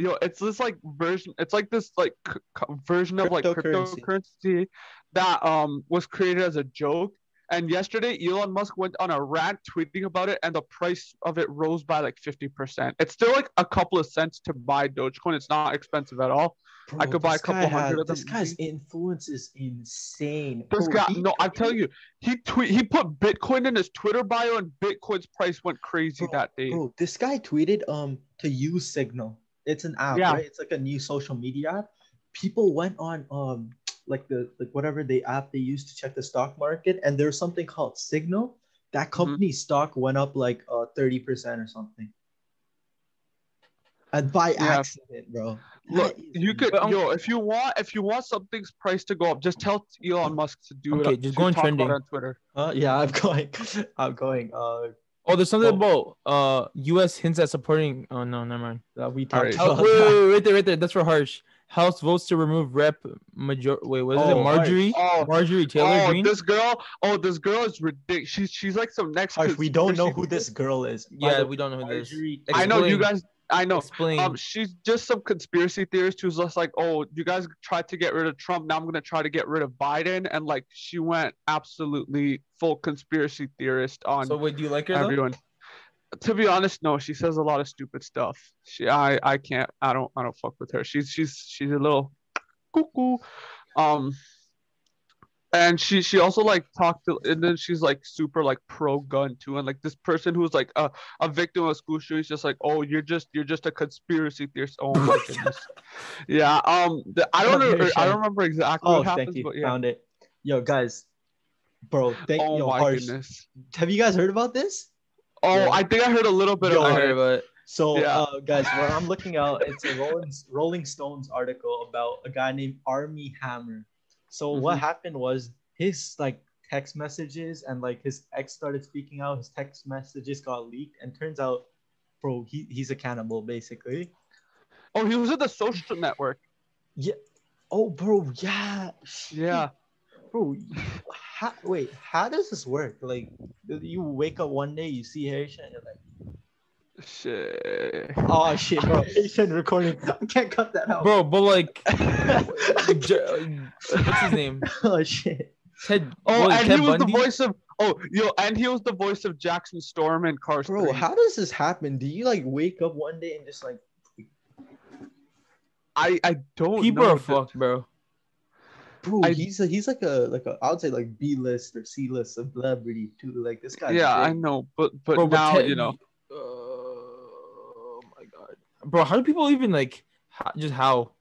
S1: yo, it's this like version. It's like this like c- c- version of like
S2: Cryptocurrency.
S1: cryptocurrency that um was created as a joke. And yesterday, Elon Musk went on a rant tweeting about it, and the price of it rose by like fifty percent. It's still like a couple of cents to buy Dogecoin. It's not expensive at all.
S2: Bro,
S1: I could buy a
S2: this guy
S1: couple hundred
S2: had-
S1: of them
S2: This guy's influence is insane.
S1: This
S2: Bro,
S1: guy,
S2: Oh, he-
S1: no, I'm telling you, he tweet, he put Bitcoin in his Twitter bio, and Bitcoin's price went crazy
S2: Bro,
S1: that day.
S2: Bro, this guy tweeted um to use Signal. It's an app,
S1: Yeah.
S2: right? It's like a new social media app. People went on um like the like whatever the app they use to check the stock market, and there's something called Signal.
S1: Mm-hmm.
S2: That company's stock went up like uh thirty percent or something. And by
S1: Yeah.
S2: accident, bro. That
S1: Look,
S2: is
S1: you could,
S3: But I'm-
S1: yo, if you want, if you want something's price to go up, just tell Elon Musk to do
S3: Okay,
S1: it.
S3: just
S1: to
S3: go on
S1: talk about it
S3: trending.
S1: on Twitter.
S2: Uh, yeah, I'm going. I'm going. Uh,
S3: Oh, there's something about uh U.S. hints at supporting. Oh no, never mind.
S2: uh, we
S1: All
S2: talked
S1: right.
S3: Oh,
S2: about
S3: wait, wait,
S2: that.
S3: wait, right there, right there. That's for Harsh. House votes to remove Rep. Major. Wait, what is
S2: Oh,
S3: it? Marjorie.
S1: Harsh. Oh.
S3: Marjorie Taylor
S1: oh,
S3: Green.
S1: this girl, oh, this girl is ridiculous. She's she's like some next.
S2: Harsh, we don't know
S1: conspiracy
S2: who this girl is. By
S3: yeah,
S2: the
S3: we don't know
S2: way,
S3: who this. is.
S2: Marjorie- Oh,
S1: I know you
S3: Explain.
S1: guys. I know.
S3: Explain.
S1: Um, she's just some conspiracy theorist who's just like, oh, you guys tried to get rid of Trump. Now I'm gonna try to get rid of Biden, and like she went absolutely full conspiracy theorist on
S3: so wait, do you like her though?
S1: everyone. To be honest, no, she says a lot of stupid stuff. She, I, I can't, I don't, I don't fuck with her. She's, she's, she's a little cuckoo. Um, and she, she also like talked to, and then she's like super like pro gun too, and like this person who's like a, a victim of school shooting, just like, oh, you're just, you're just a conspiracy theorist. Oh my goodness. Yeah. Um, the, I don't,
S2: Okay,
S1: know, I
S2: Shane.
S1: don't remember exactly
S2: Oh,
S1: what happens,
S2: thank you.
S1: but yeah.
S2: Found it. Yo, guys. Bro, thank
S1: oh
S2: yo,
S1: my
S2: Harsh.
S1: goodness.
S2: Have you guys heard about this?
S1: Oh,
S2: Yeah.
S1: I think I heard a little bit
S2: Yo,
S1: of
S3: I
S1: it.
S3: heard about it.
S2: So,
S1: Yeah.
S2: uh, guys, what I'm looking out, it's a Rolling, Rolling Stones article about a guy named Army Hammer. So,
S1: Mm-hmm.
S2: what happened was his like text messages and like his ex started speaking out. His text messages got leaked, and turns out, bro, he, he's a cannibal basically.
S1: Oh, he was at the social network.
S2: Oh, bro, yeah,
S1: Yeah.
S2: bro how, wait how does this work like you wake up one day you see haitian and you're like
S1: Shit.
S2: oh shit bro haitian recording i can't cut that out
S3: Bro, but like,
S2: bro.
S3: J- what's his name?
S2: oh shit
S3: Ted.
S1: Oh,
S3: what,
S1: and
S3: Ted
S1: he was
S3: Bundy?
S1: the voice of oh yo, and he was the voice of Jackson Storm and Cars.
S2: bro
S1: 3.
S2: how does this happen do you like wake up one day and just like
S1: I I don't
S3: People
S1: know.
S3: are fucked, Oh, bro.
S2: bro
S1: I-
S2: he's a he's like a like a i would say like b-list or c-list celebrity too like this guy
S1: Yeah, I know, but but
S3: Bro,
S1: now
S3: Ted-
S1: you know.
S3: uh, oh my god, bro! How do people even like? How, just how?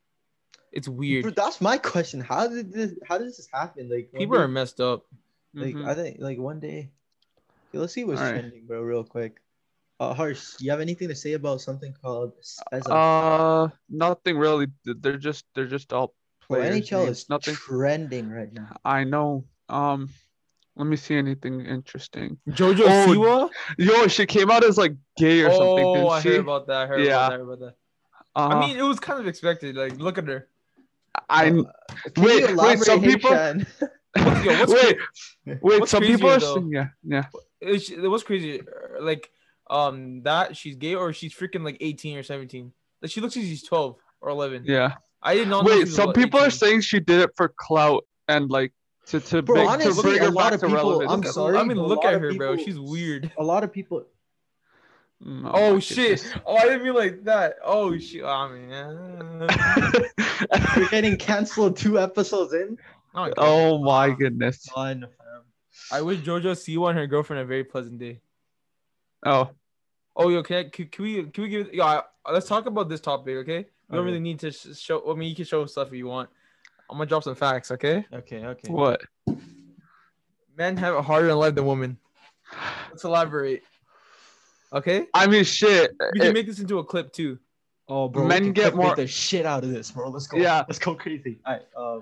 S3: It's weird.
S2: Bro, that's my question how did this how does this happen like one
S3: people
S2: day-
S3: are messed up.
S2: Like
S1: Mhm.
S2: I think like one day. Okay, let's see what's
S1: Alright.
S2: trending, bro, real quick. Uh Harsh, you have anything to say about something called Spezza?
S1: Uh, nothing really. Th- They're just they're just all
S2: Bro,
S1: players.
S2: NHL
S1: names,
S2: is
S1: nothing.
S2: trending right now.
S1: I know. Um, let me see anything interesting.
S3: Jojo
S1: Oh,
S3: Siwa.
S1: Yo, she came out as like gay or something,
S3: Oh,
S1: didn't
S3: I
S1: she?
S3: heard about that. I heard
S1: Yeah.
S3: about that. I heard about that.
S1: uh,
S3: I mean, it was kind of expected. Like, look at her.
S1: I
S2: Uh, Can you
S1: wait wait
S2: elaborate,
S1: some people
S2: Hayshan?
S3: What's, yo, what's
S1: wait wait
S3: what's
S1: some people are
S3: crazier, though?
S1: yeah yeah
S3: It's- it was crazy. uh, Like, um, that she's gay or she's freaking like 18 or 17. Like, she looks like she's 12 or 11.
S1: yeah.
S3: I did not know. she
S1: Wait,
S3: was
S1: some
S3: about
S1: people are
S3: 18.
S1: saying she did it for clout and like to to,
S2: Bro,
S1: bring- to
S2: honestly,
S1: bring
S2: a
S1: her
S2: lot
S1: back
S2: of
S1: to
S2: people-
S1: relevance.
S2: I'm
S3: Look at-
S2: sorry,
S3: I mean,
S2: but a
S3: look
S2: lot
S3: at
S2: of
S3: her, bro.
S2: people-
S3: She's weird.
S2: A lot of people
S1: Mm,
S3: Oh,
S1: my
S3: shit. Oh, I didn't mean like that. Oh shit. Oh man.
S1: goodness.
S2: we're getting canceled two episodes in.
S3: Oh, God.
S1: oh my goodness.
S2: Fun, fam.
S3: I wish JoJo Siwa and her girlfriend a very pleasant day.
S1: Oh,
S3: Oh, yo, can, I, can, can we can we give? Yo, I, let's talk about this topic, okay? We don't
S2: Okay.
S3: really need to sh- show. I mean, you can show stuff if you want. I'm gonna drop some facts, okay?
S2: Okay, okay.
S1: what?
S3: Men have it harder in life than women. Let's elaborate, okay?
S1: I mean, shit.
S3: We
S1: it-
S3: can make this into a clip too.
S2: Oh, bro, we
S1: Men
S2: can
S1: get
S2: clickbait
S1: more-
S2: the shit out of this, bro. Let's go.
S1: Yeah.
S2: let's go crazy. All right. Uh,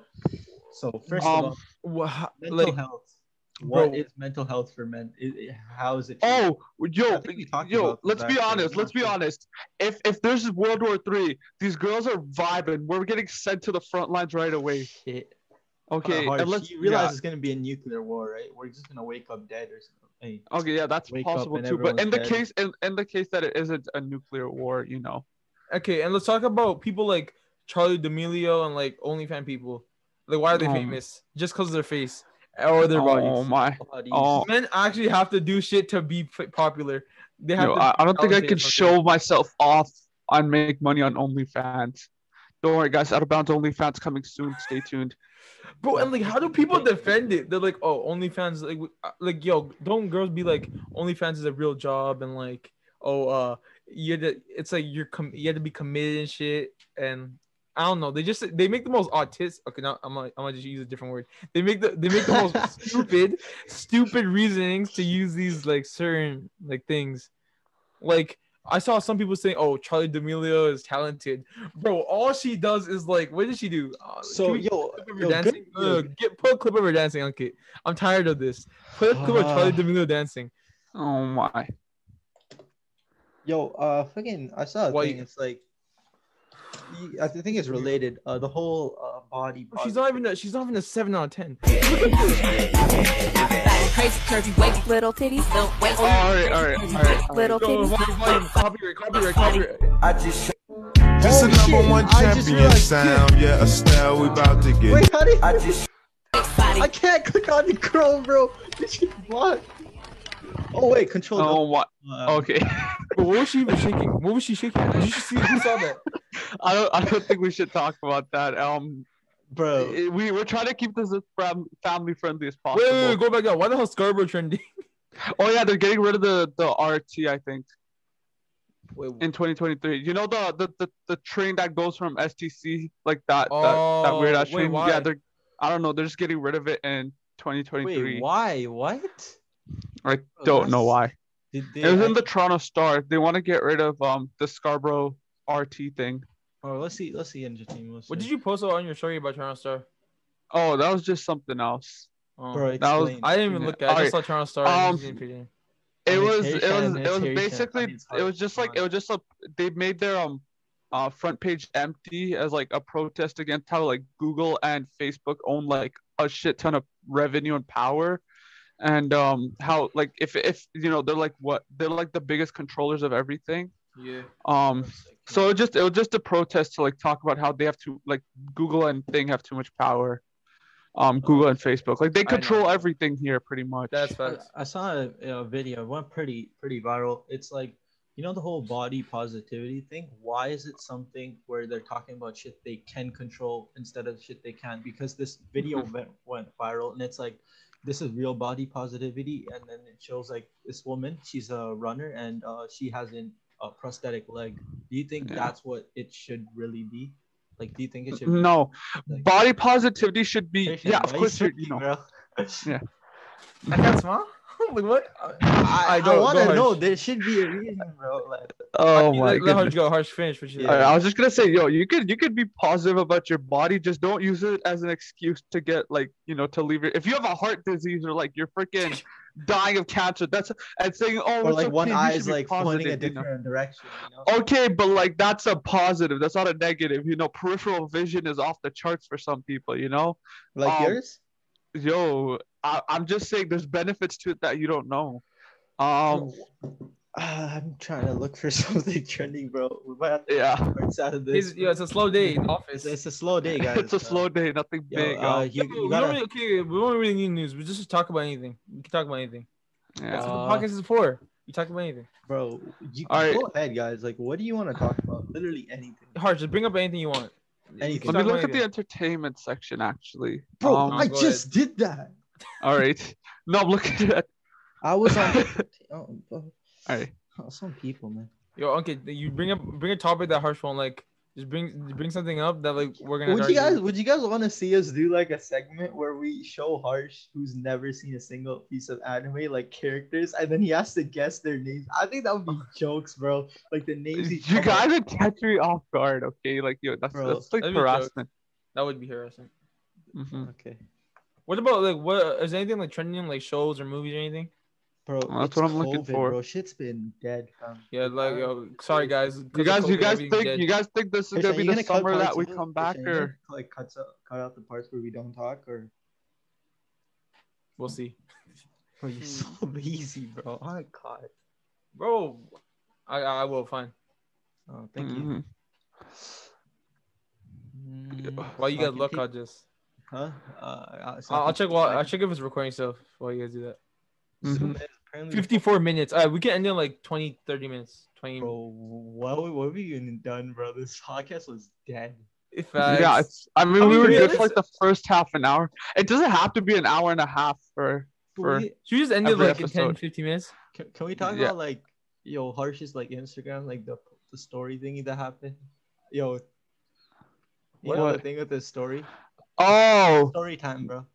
S2: so first
S1: Um,
S2: of all,
S3: Wow,
S2: mental
S3: like,
S2: health.
S3: bro.
S2: What is mental health for men? It- it- how is it? treated?
S1: Oh, yo,
S2: think we talked
S1: yo,
S2: about this
S1: let's be
S2: actually.
S1: honest.
S2: I'm
S1: Let's
S2: not
S1: be
S2: sure.
S1: honest. If if there's World War Three, these girls are vibing. We're getting sent to the front lines right away.
S2: shit.
S1: Okay,
S2: hard.
S1: and let's
S2: you realize
S1: yeah.
S2: it's gonna be a nuclear war, right? We're just gonna wake up dead or something. Hey,
S1: Okay, yeah, that's
S2: wake up
S1: possible
S2: and
S1: too. But
S2: everyone's
S1: in the
S2: dead.
S1: case, in, in the case that it isn't a nuclear war, you know,
S3: okay, and let's talk about people like Charlie D'Amelio and like OnlyFan people. Like, why are they
S1: Oh.
S3: famous? Just because of their face or their
S1: Oh
S3: bodies.
S1: my!
S2: bodies.
S1: Oh,
S3: Men actually have to do shit to be p- popular. They have
S1: Yo,
S3: to
S1: I, I don't think I
S3: talented
S1: can
S3: or something.
S1: show myself off and make money on OnlyFans. Don't worry, guys. Out of bounds OnlyFans coming soon. Stay tuned.
S3: Bro, and like, how do people defend it? They're like, "Oh, OnlyFans, like, w- uh, like, yo, don't girls be like, OnlyFans is a real job, and like, oh, uh, you had to, it's like you're com- you had to be committed and shit, and I don't know, they just they make the most autistic. Okay, now I'm gonna, I'm gonna just use a different word. They make the they make the most stupid, stupid reasonings to use these like certain like things, like. I saw some people saying, "Oh, Charlie D'Amelio is talented, bro. All she does is like, what did she do? Uh,
S2: So
S3: can we-
S2: yo,
S3: clip of her
S2: yo,
S3: dancing.
S2: good- yo,
S3: Uh, get put a clip of her dancing, Uncle. I'm tired of this. Put a clip of Charlie
S2: Ah.
S3: D'Amelio dancing.
S1: Oh my!
S2: Yo, uh, fucking, I saw a
S3: Why-
S2: thing. It's like, you- I think it's related. Uh, the whole uh, body.
S3: Oh, She's not even. A, she's not even a seven out of ten.
S4: Crazy curvy waist, little titties, little waist.
S1: All right, all right, all right.
S4: Little
S3: Yo,
S4: titties.
S3: volume, volume, copyright, copyright, copyright.
S5: I just
S2: This
S6: This
S2: Oh,
S6: the
S2: is number
S6: number
S2: shit. one
S6: one
S2: I just champion
S6: champion
S2: realized-
S6: sound. Yeah, Estelle, we about to get.
S2: Wait, how did
S5: I
S2: I,
S5: just
S2: I can't click on the Chrome, bro? This shit blocked. Oh wait, control. uh,
S1: Oh my! Okay,
S3: But what was she even shaking? What was she shaking? Did you see? Who saw that?
S1: I don't. I don't think we should talk about that. Um,
S2: bro.
S1: Eh, we we're trying to keep this as fam- family friendly as
S3: Wait,
S1: possible.
S3: wait, wait, go back up. Why the hell Scarborough trending?
S1: Oh yeah, they're getting rid of the the RT I think
S3: Wait,
S1: in 2023. You know the the the, the train that goes from STC like that
S3: oh,
S1: that, that weird ass
S3: wait,
S1: train.
S3: why?
S1: Yeah, they're I don't know. They're just getting rid of it in 2023.
S2: Wait, why? What?
S1: I
S3: Oh,
S1: don't know
S2: that's-
S1: why.
S2: Did they?
S1: it was in the Toronto Star. They want to get rid of um the Scarborough RT thing.
S2: Oh, let's see. Let's see. Entertainment.
S3: what did you post on your story about Toronto Star?
S1: Oh, that was just something else.
S3: Oh.
S2: Bro,
S1: That was-
S2: explain.
S3: I didn't even look at. it. I just saw Toronto Star. and it
S1: Um,
S3: just didn't fit in.
S1: it was it
S2: Meditation,
S1: was it was
S2: meditation. I
S1: basically
S2: mean, it's hard
S1: it
S2: to
S1: was just like it
S2: find.
S1: was just a they made their um uh front page empty as like a protest against how like Google and Facebook own like a shit ton of revenue and power and um how like if if you know they're like what they're like the biggest controllers of everything
S3: Yeah.
S1: um so it was just it was just a protest to like talk about how they have to like Google and thing have too much power um Google and Facebook like they
S2: know.
S1: control everything here pretty much
S3: Oh. That's
S2: I,
S3: facts.
S2: I saw a, a video. It went pretty pretty viral. It's like you know the whole body positivity thing. Why is it something where they're talking about shit they can control instead of shit they can't? Because this video
S1: Mm-hmm.
S2: went went viral, and it's like this is real body positivity, and then it shows like this woman. She's a runner, and uh, she has an, a prosthetic leg. Do you think
S1: Yeah.
S2: that's what it should really be? Like, do you think it should?
S1: no
S2: like,
S1: body positivity should be
S2: Christian,
S1: yeah of
S2: why you
S1: course you're, you
S2: smirking,
S1: know
S2: bro?
S3: I can't smile. like what?
S2: I,
S3: I
S2: I,
S3: don't-
S2: want
S3: go
S2: to know.
S3: Harsh.
S2: There should be a reason, bro. Like,
S1: oh
S3: Let-
S1: my
S3: let, let Harsh
S1: goodness
S3: go. Harsh finish. What you
S2: Yeah.
S1: All right, I was just gonna say, yo, you could you could be positive about your body, just don't use it as an excuse to get like you know to leave your. If you have a heart disease or like you're freaking dying of cancer, that's and saying oh
S2: or
S1: it's
S2: like one
S1: okay, you
S2: eye
S1: should
S2: is
S1: be
S2: like pointing a
S1: positive, you know? Oh,
S2: different direction. You know?
S1: Okay, but like that's a positive. That's not a negative. You know, peripheral vision is off the charts for some people. You know,
S2: like
S1: um,
S2: yours.
S1: yo, I, I'm just saying there's benefits to it that you don't know.
S2: Mm.
S1: Um,
S2: Uh, I'm trying to look for something trending, bro. We might have to
S1: yeah.
S2: parts out of this.
S3: It's, yeah, it's a slow day in office.
S2: It's, it's a slow day, guys.
S1: it's a slow day, nothing
S2: Yo,
S1: big.
S2: uh,
S1: um,
S2: you,
S3: Yo,
S2: you
S3: we, don't
S2: gotta,
S3: really, okay, we don't really need news. We just should talk about anything. We can talk about anything.
S1: yeah.
S3: That's
S2: Uh,
S3: what the podcast is for. You talk about anything.
S2: bro. You
S1: All right.
S2: go ahead, guys. Like, what do you want to talk about? Literally anything.
S3: Harsh, just bring up anything you want.
S2: Anything.
S3: Keep
S1: Let me
S3: talking
S1: look at
S3: about
S1: the entertainment section, actually.
S2: Bro,
S1: Um,
S2: I
S3: Oh, go
S2: just did that.
S1: all right. No, I'm looking at.
S2: I was on. oh, bro.
S1: All right.
S2: Oh, some people, man.
S3: Yo, okay, you bring up bring a topic that harsh won't like. Just bring bring something up that like we're gonna.
S2: Would you guys
S3: argue.
S2: would you guys want to see us do like a segment where we show Harsh who's never seen a single piece of anime like characters and then he has to guess their names? I think that would be jokes, bro. Like the names he
S1: You guys are catching me off guard, okay? Like, yo, that's
S2: Bro,
S1: that's like
S3: that'd be a joke.
S1: harassment.
S3: That would be harassing.
S1: Mhm.
S2: Okay,
S3: What about like what is there anything like trending like shows or movies or anything?
S2: bro.
S1: Well, that's
S2: it's
S1: what I'm looking
S2: COVID,
S1: for.
S2: Bro, shit's been dead. fam.
S3: Yeah, like yo, sorry guys. 'cause
S1: You
S3: of
S1: guys, you
S3: COVID,
S1: guys
S3: everything
S1: think
S3: dead.
S1: you guys think this is
S2: Harsh,
S1: gonna
S2: are
S1: be
S2: you
S1: the
S2: gonna cut
S1: summer that
S2: parts
S1: we
S2: of it?
S1: come
S2: Harsh,
S1: back,
S2: are you
S1: or
S2: gonna, like cut out, cut out the parts where we don't talk or.
S3: We'll see,
S2: Bro, you're so lazy, bro. I caught it.
S3: bro. I I will fine.
S2: Oh, thank you.
S1: Mhm.
S2: Mm,
S3: While you guys
S2: fucking
S3: look,
S2: peop-
S3: I'll just
S2: Huh? Uh, I- so I
S3: I'll, I'll
S2: can-
S3: check.
S2: I
S3: While,
S2: can
S3: I'll check if it's recording stuff while you guys do that.
S1: Mhm.
S2: zoom in. Apparently, the
S3: 54 minutes. All right, we can end in like 20, 30 minutes. 20.
S2: Bro, what we- what have we even done, bro? This podcast was dead.
S3: If
S1: Yeah, it's, I mean,
S3: I
S1: we
S3: mean,
S1: were
S3: yeah,
S1: good for
S3: let's-
S1: like the first half an hour. It doesn't have to be an hour and a half for for.
S2: Can we,
S3: should we just end it
S1: every
S3: like in 10,
S1: episode.
S3: 15 minutes?
S2: can, can we talk
S1: Yeah.
S2: about like yo Harsh's like Instagram, like the the story thingy that happened? Yo, you know the
S1: What?
S2: thing with the story?
S1: Oh
S2: Story time, bro.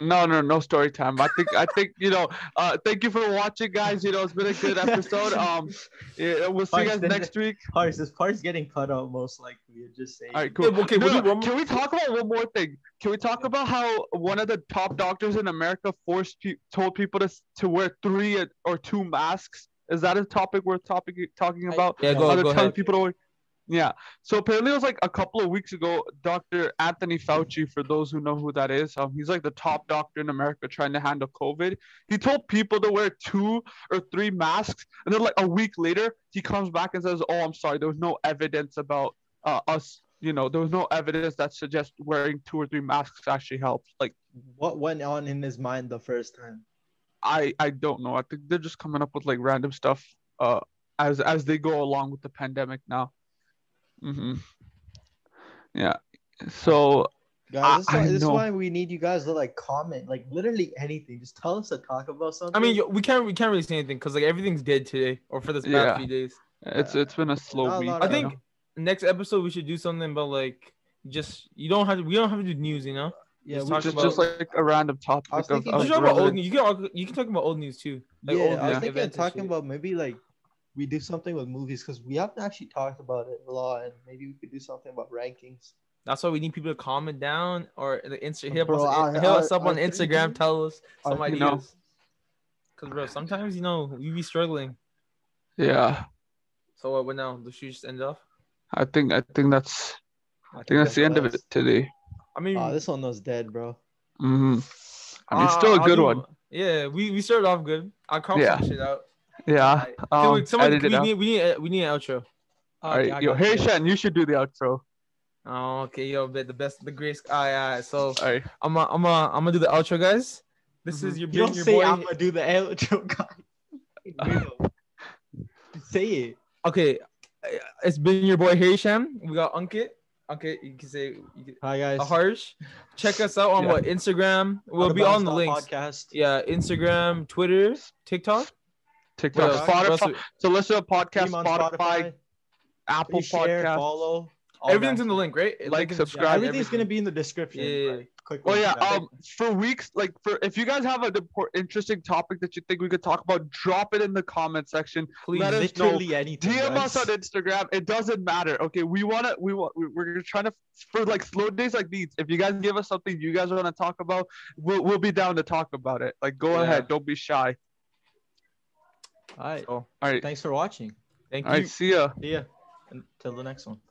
S1: no, no, no story time. I think I think you know. Uh, thank you for watching, guys. You know, it's been a good episode. Um, yeah, we'll see you
S2: Alright,
S1: guys
S2: then-
S1: next week.
S2: Harsh, this part's getting cut out most likely. I'm just saying.
S1: All right, cool.
S3: Yeah, okay, we'll
S1: No,
S3: do one
S1: can we talk about one more thing? Can we talk about how one of the top doctors in America forced pe- told people to s- to wear three or two masks? Is that a topic worth topic talking about?
S3: Yeah,
S2: No,
S3: go,
S1: other
S3: go
S1: telling
S3: ahead.
S1: people to work. Yeah. So apparently it was like a couple of weeks ago, Dr. Anthony Fauci, for those who know who that is, um, he's like the top doctor in America trying to handle COVID. He told people to wear two or three masks. And then like a week later, he comes back and says, Oh, I'm sorry, there was no evidence about uh, us, you know, there was no evidence that suggests wearing two or three masks actually helps. Like
S2: What went on in his mind the first time?
S1: I I don't know. I think they're just coming up with like random stuff uh as as they go along with the pandemic now. hmm Yeah. So I-
S2: Guys,
S1: I
S2: this, is why, this is
S1: know.
S2: why we need you guys to like comment, like literally anything. Just tell us to talk about something.
S3: I mean, yo, we can't we can't really say anything because like everything's dead today or for this past
S1: Yeah.
S3: few days.
S1: it's it's been a slow
S2: Not a
S1: week.
S2: lot
S3: I
S2: Yeah.
S3: think
S1: know.
S3: next episode we should do something about like just you don't have to we don't have to do news, you know.
S2: yeah,
S3: just
S2: we
S3: talk
S1: just
S3: about-
S1: just like a random
S2: I was
S1: topic of,
S2: thinking
S1: of
S2: like-
S3: Just talk about old
S1: relevant-
S3: news. You can all- you can talk about old news too. Like oh,
S2: yeah, I was
S3: old like,
S2: thinking of
S3: events and
S2: talking
S3: shit.
S2: about maybe like we do something with movies because we haven't actually talked about it a lot, and maybe we could do something about rankings.
S3: That's why we need people to comment down or the Insta hit,
S2: Bro,
S3: us,
S2: I-
S3: hit us
S2: I-
S3: up on
S2: I think-
S3: Instagram. Tell us
S2: I
S3: some
S1: think-
S3: ideas.
S1: No.
S3: Cause bro, sometimes you know we be struggling.
S1: Yeah.
S3: So what? What now? The shoe just end off.
S1: I think I think that's I think that's the end of it today.
S3: I mean,
S2: Oh, this one was dead, bro.
S1: hmm I mean,
S3: uh,
S1: still a
S3: I'll
S1: good
S3: do-
S1: one.
S3: Yeah, we, we started off good. I'll crop
S1: Yeah.
S3: some shit out.
S1: Yeah.
S3: Alright. Dude,
S1: Um,
S3: someone,
S1: edit it
S3: we,
S1: out.
S3: need, we need a- we need an outro.
S1: All right. Yo, hey, Shan, you should do the outro.
S3: Oh, okay, yo, the the best, the greatest. All right, all right. So
S1: All right.
S3: I'm gonna I'm gonna I'm gonna do the outro, guys. This is your
S2: You don't
S3: your
S2: Mm-hmm. say
S3: boy.
S2: I'm gonna do the outro, guy. say it.
S3: Okay, uh, it's been your boy Harisham. We got Unkit. Unkit, you can say you can,
S2: Hi guys.
S3: uh, Harsh. Check us out on
S1: Yeah.
S3: what Instagram. We'll
S2: Out of
S3: be on the
S2: Bounds
S3: links.
S2: Podcast.
S3: Yeah, Instagram, Twitter, TikTok.
S1: TikTok,
S3: What else? What else
S1: Spotify.
S3: we-
S1: So listen to podcast,
S2: Stream on
S1: Spotify, Apple
S2: Please share,
S1: Podcast.
S2: follow. all
S3: Everything's
S2: that
S3: in the
S2: shit.
S3: link, right?
S1: Like,
S3: in the-
S1: subscribe,
S2: Yeah, everything's
S3: everything.
S2: gonna be in the description.
S3: Yeah.
S2: bro. Click
S1: Oh
S2: link
S1: yeah.
S2: to that.
S1: Um, for weeks, like for if you guys have an impor- interesting topic that you think we could talk about, drop it in the comment section.
S3: Please.
S1: let us know.
S2: literally anything.
S1: DM
S2: guys.
S1: us on Instagram. It doesn't matter. Okay, we wanna, we want, we- we're trying to for like slow days like these. If you guys give us something you guys want to talk about, we'll we'll be down to talk about it. Like, go
S3: Yeah.
S1: ahead. Don't be shy.
S2: All right.
S3: So,
S1: All right.
S2: Thanks for watching.
S3: thank
S1: All
S3: you.
S1: right. See ya.
S2: See ya. Until the next one.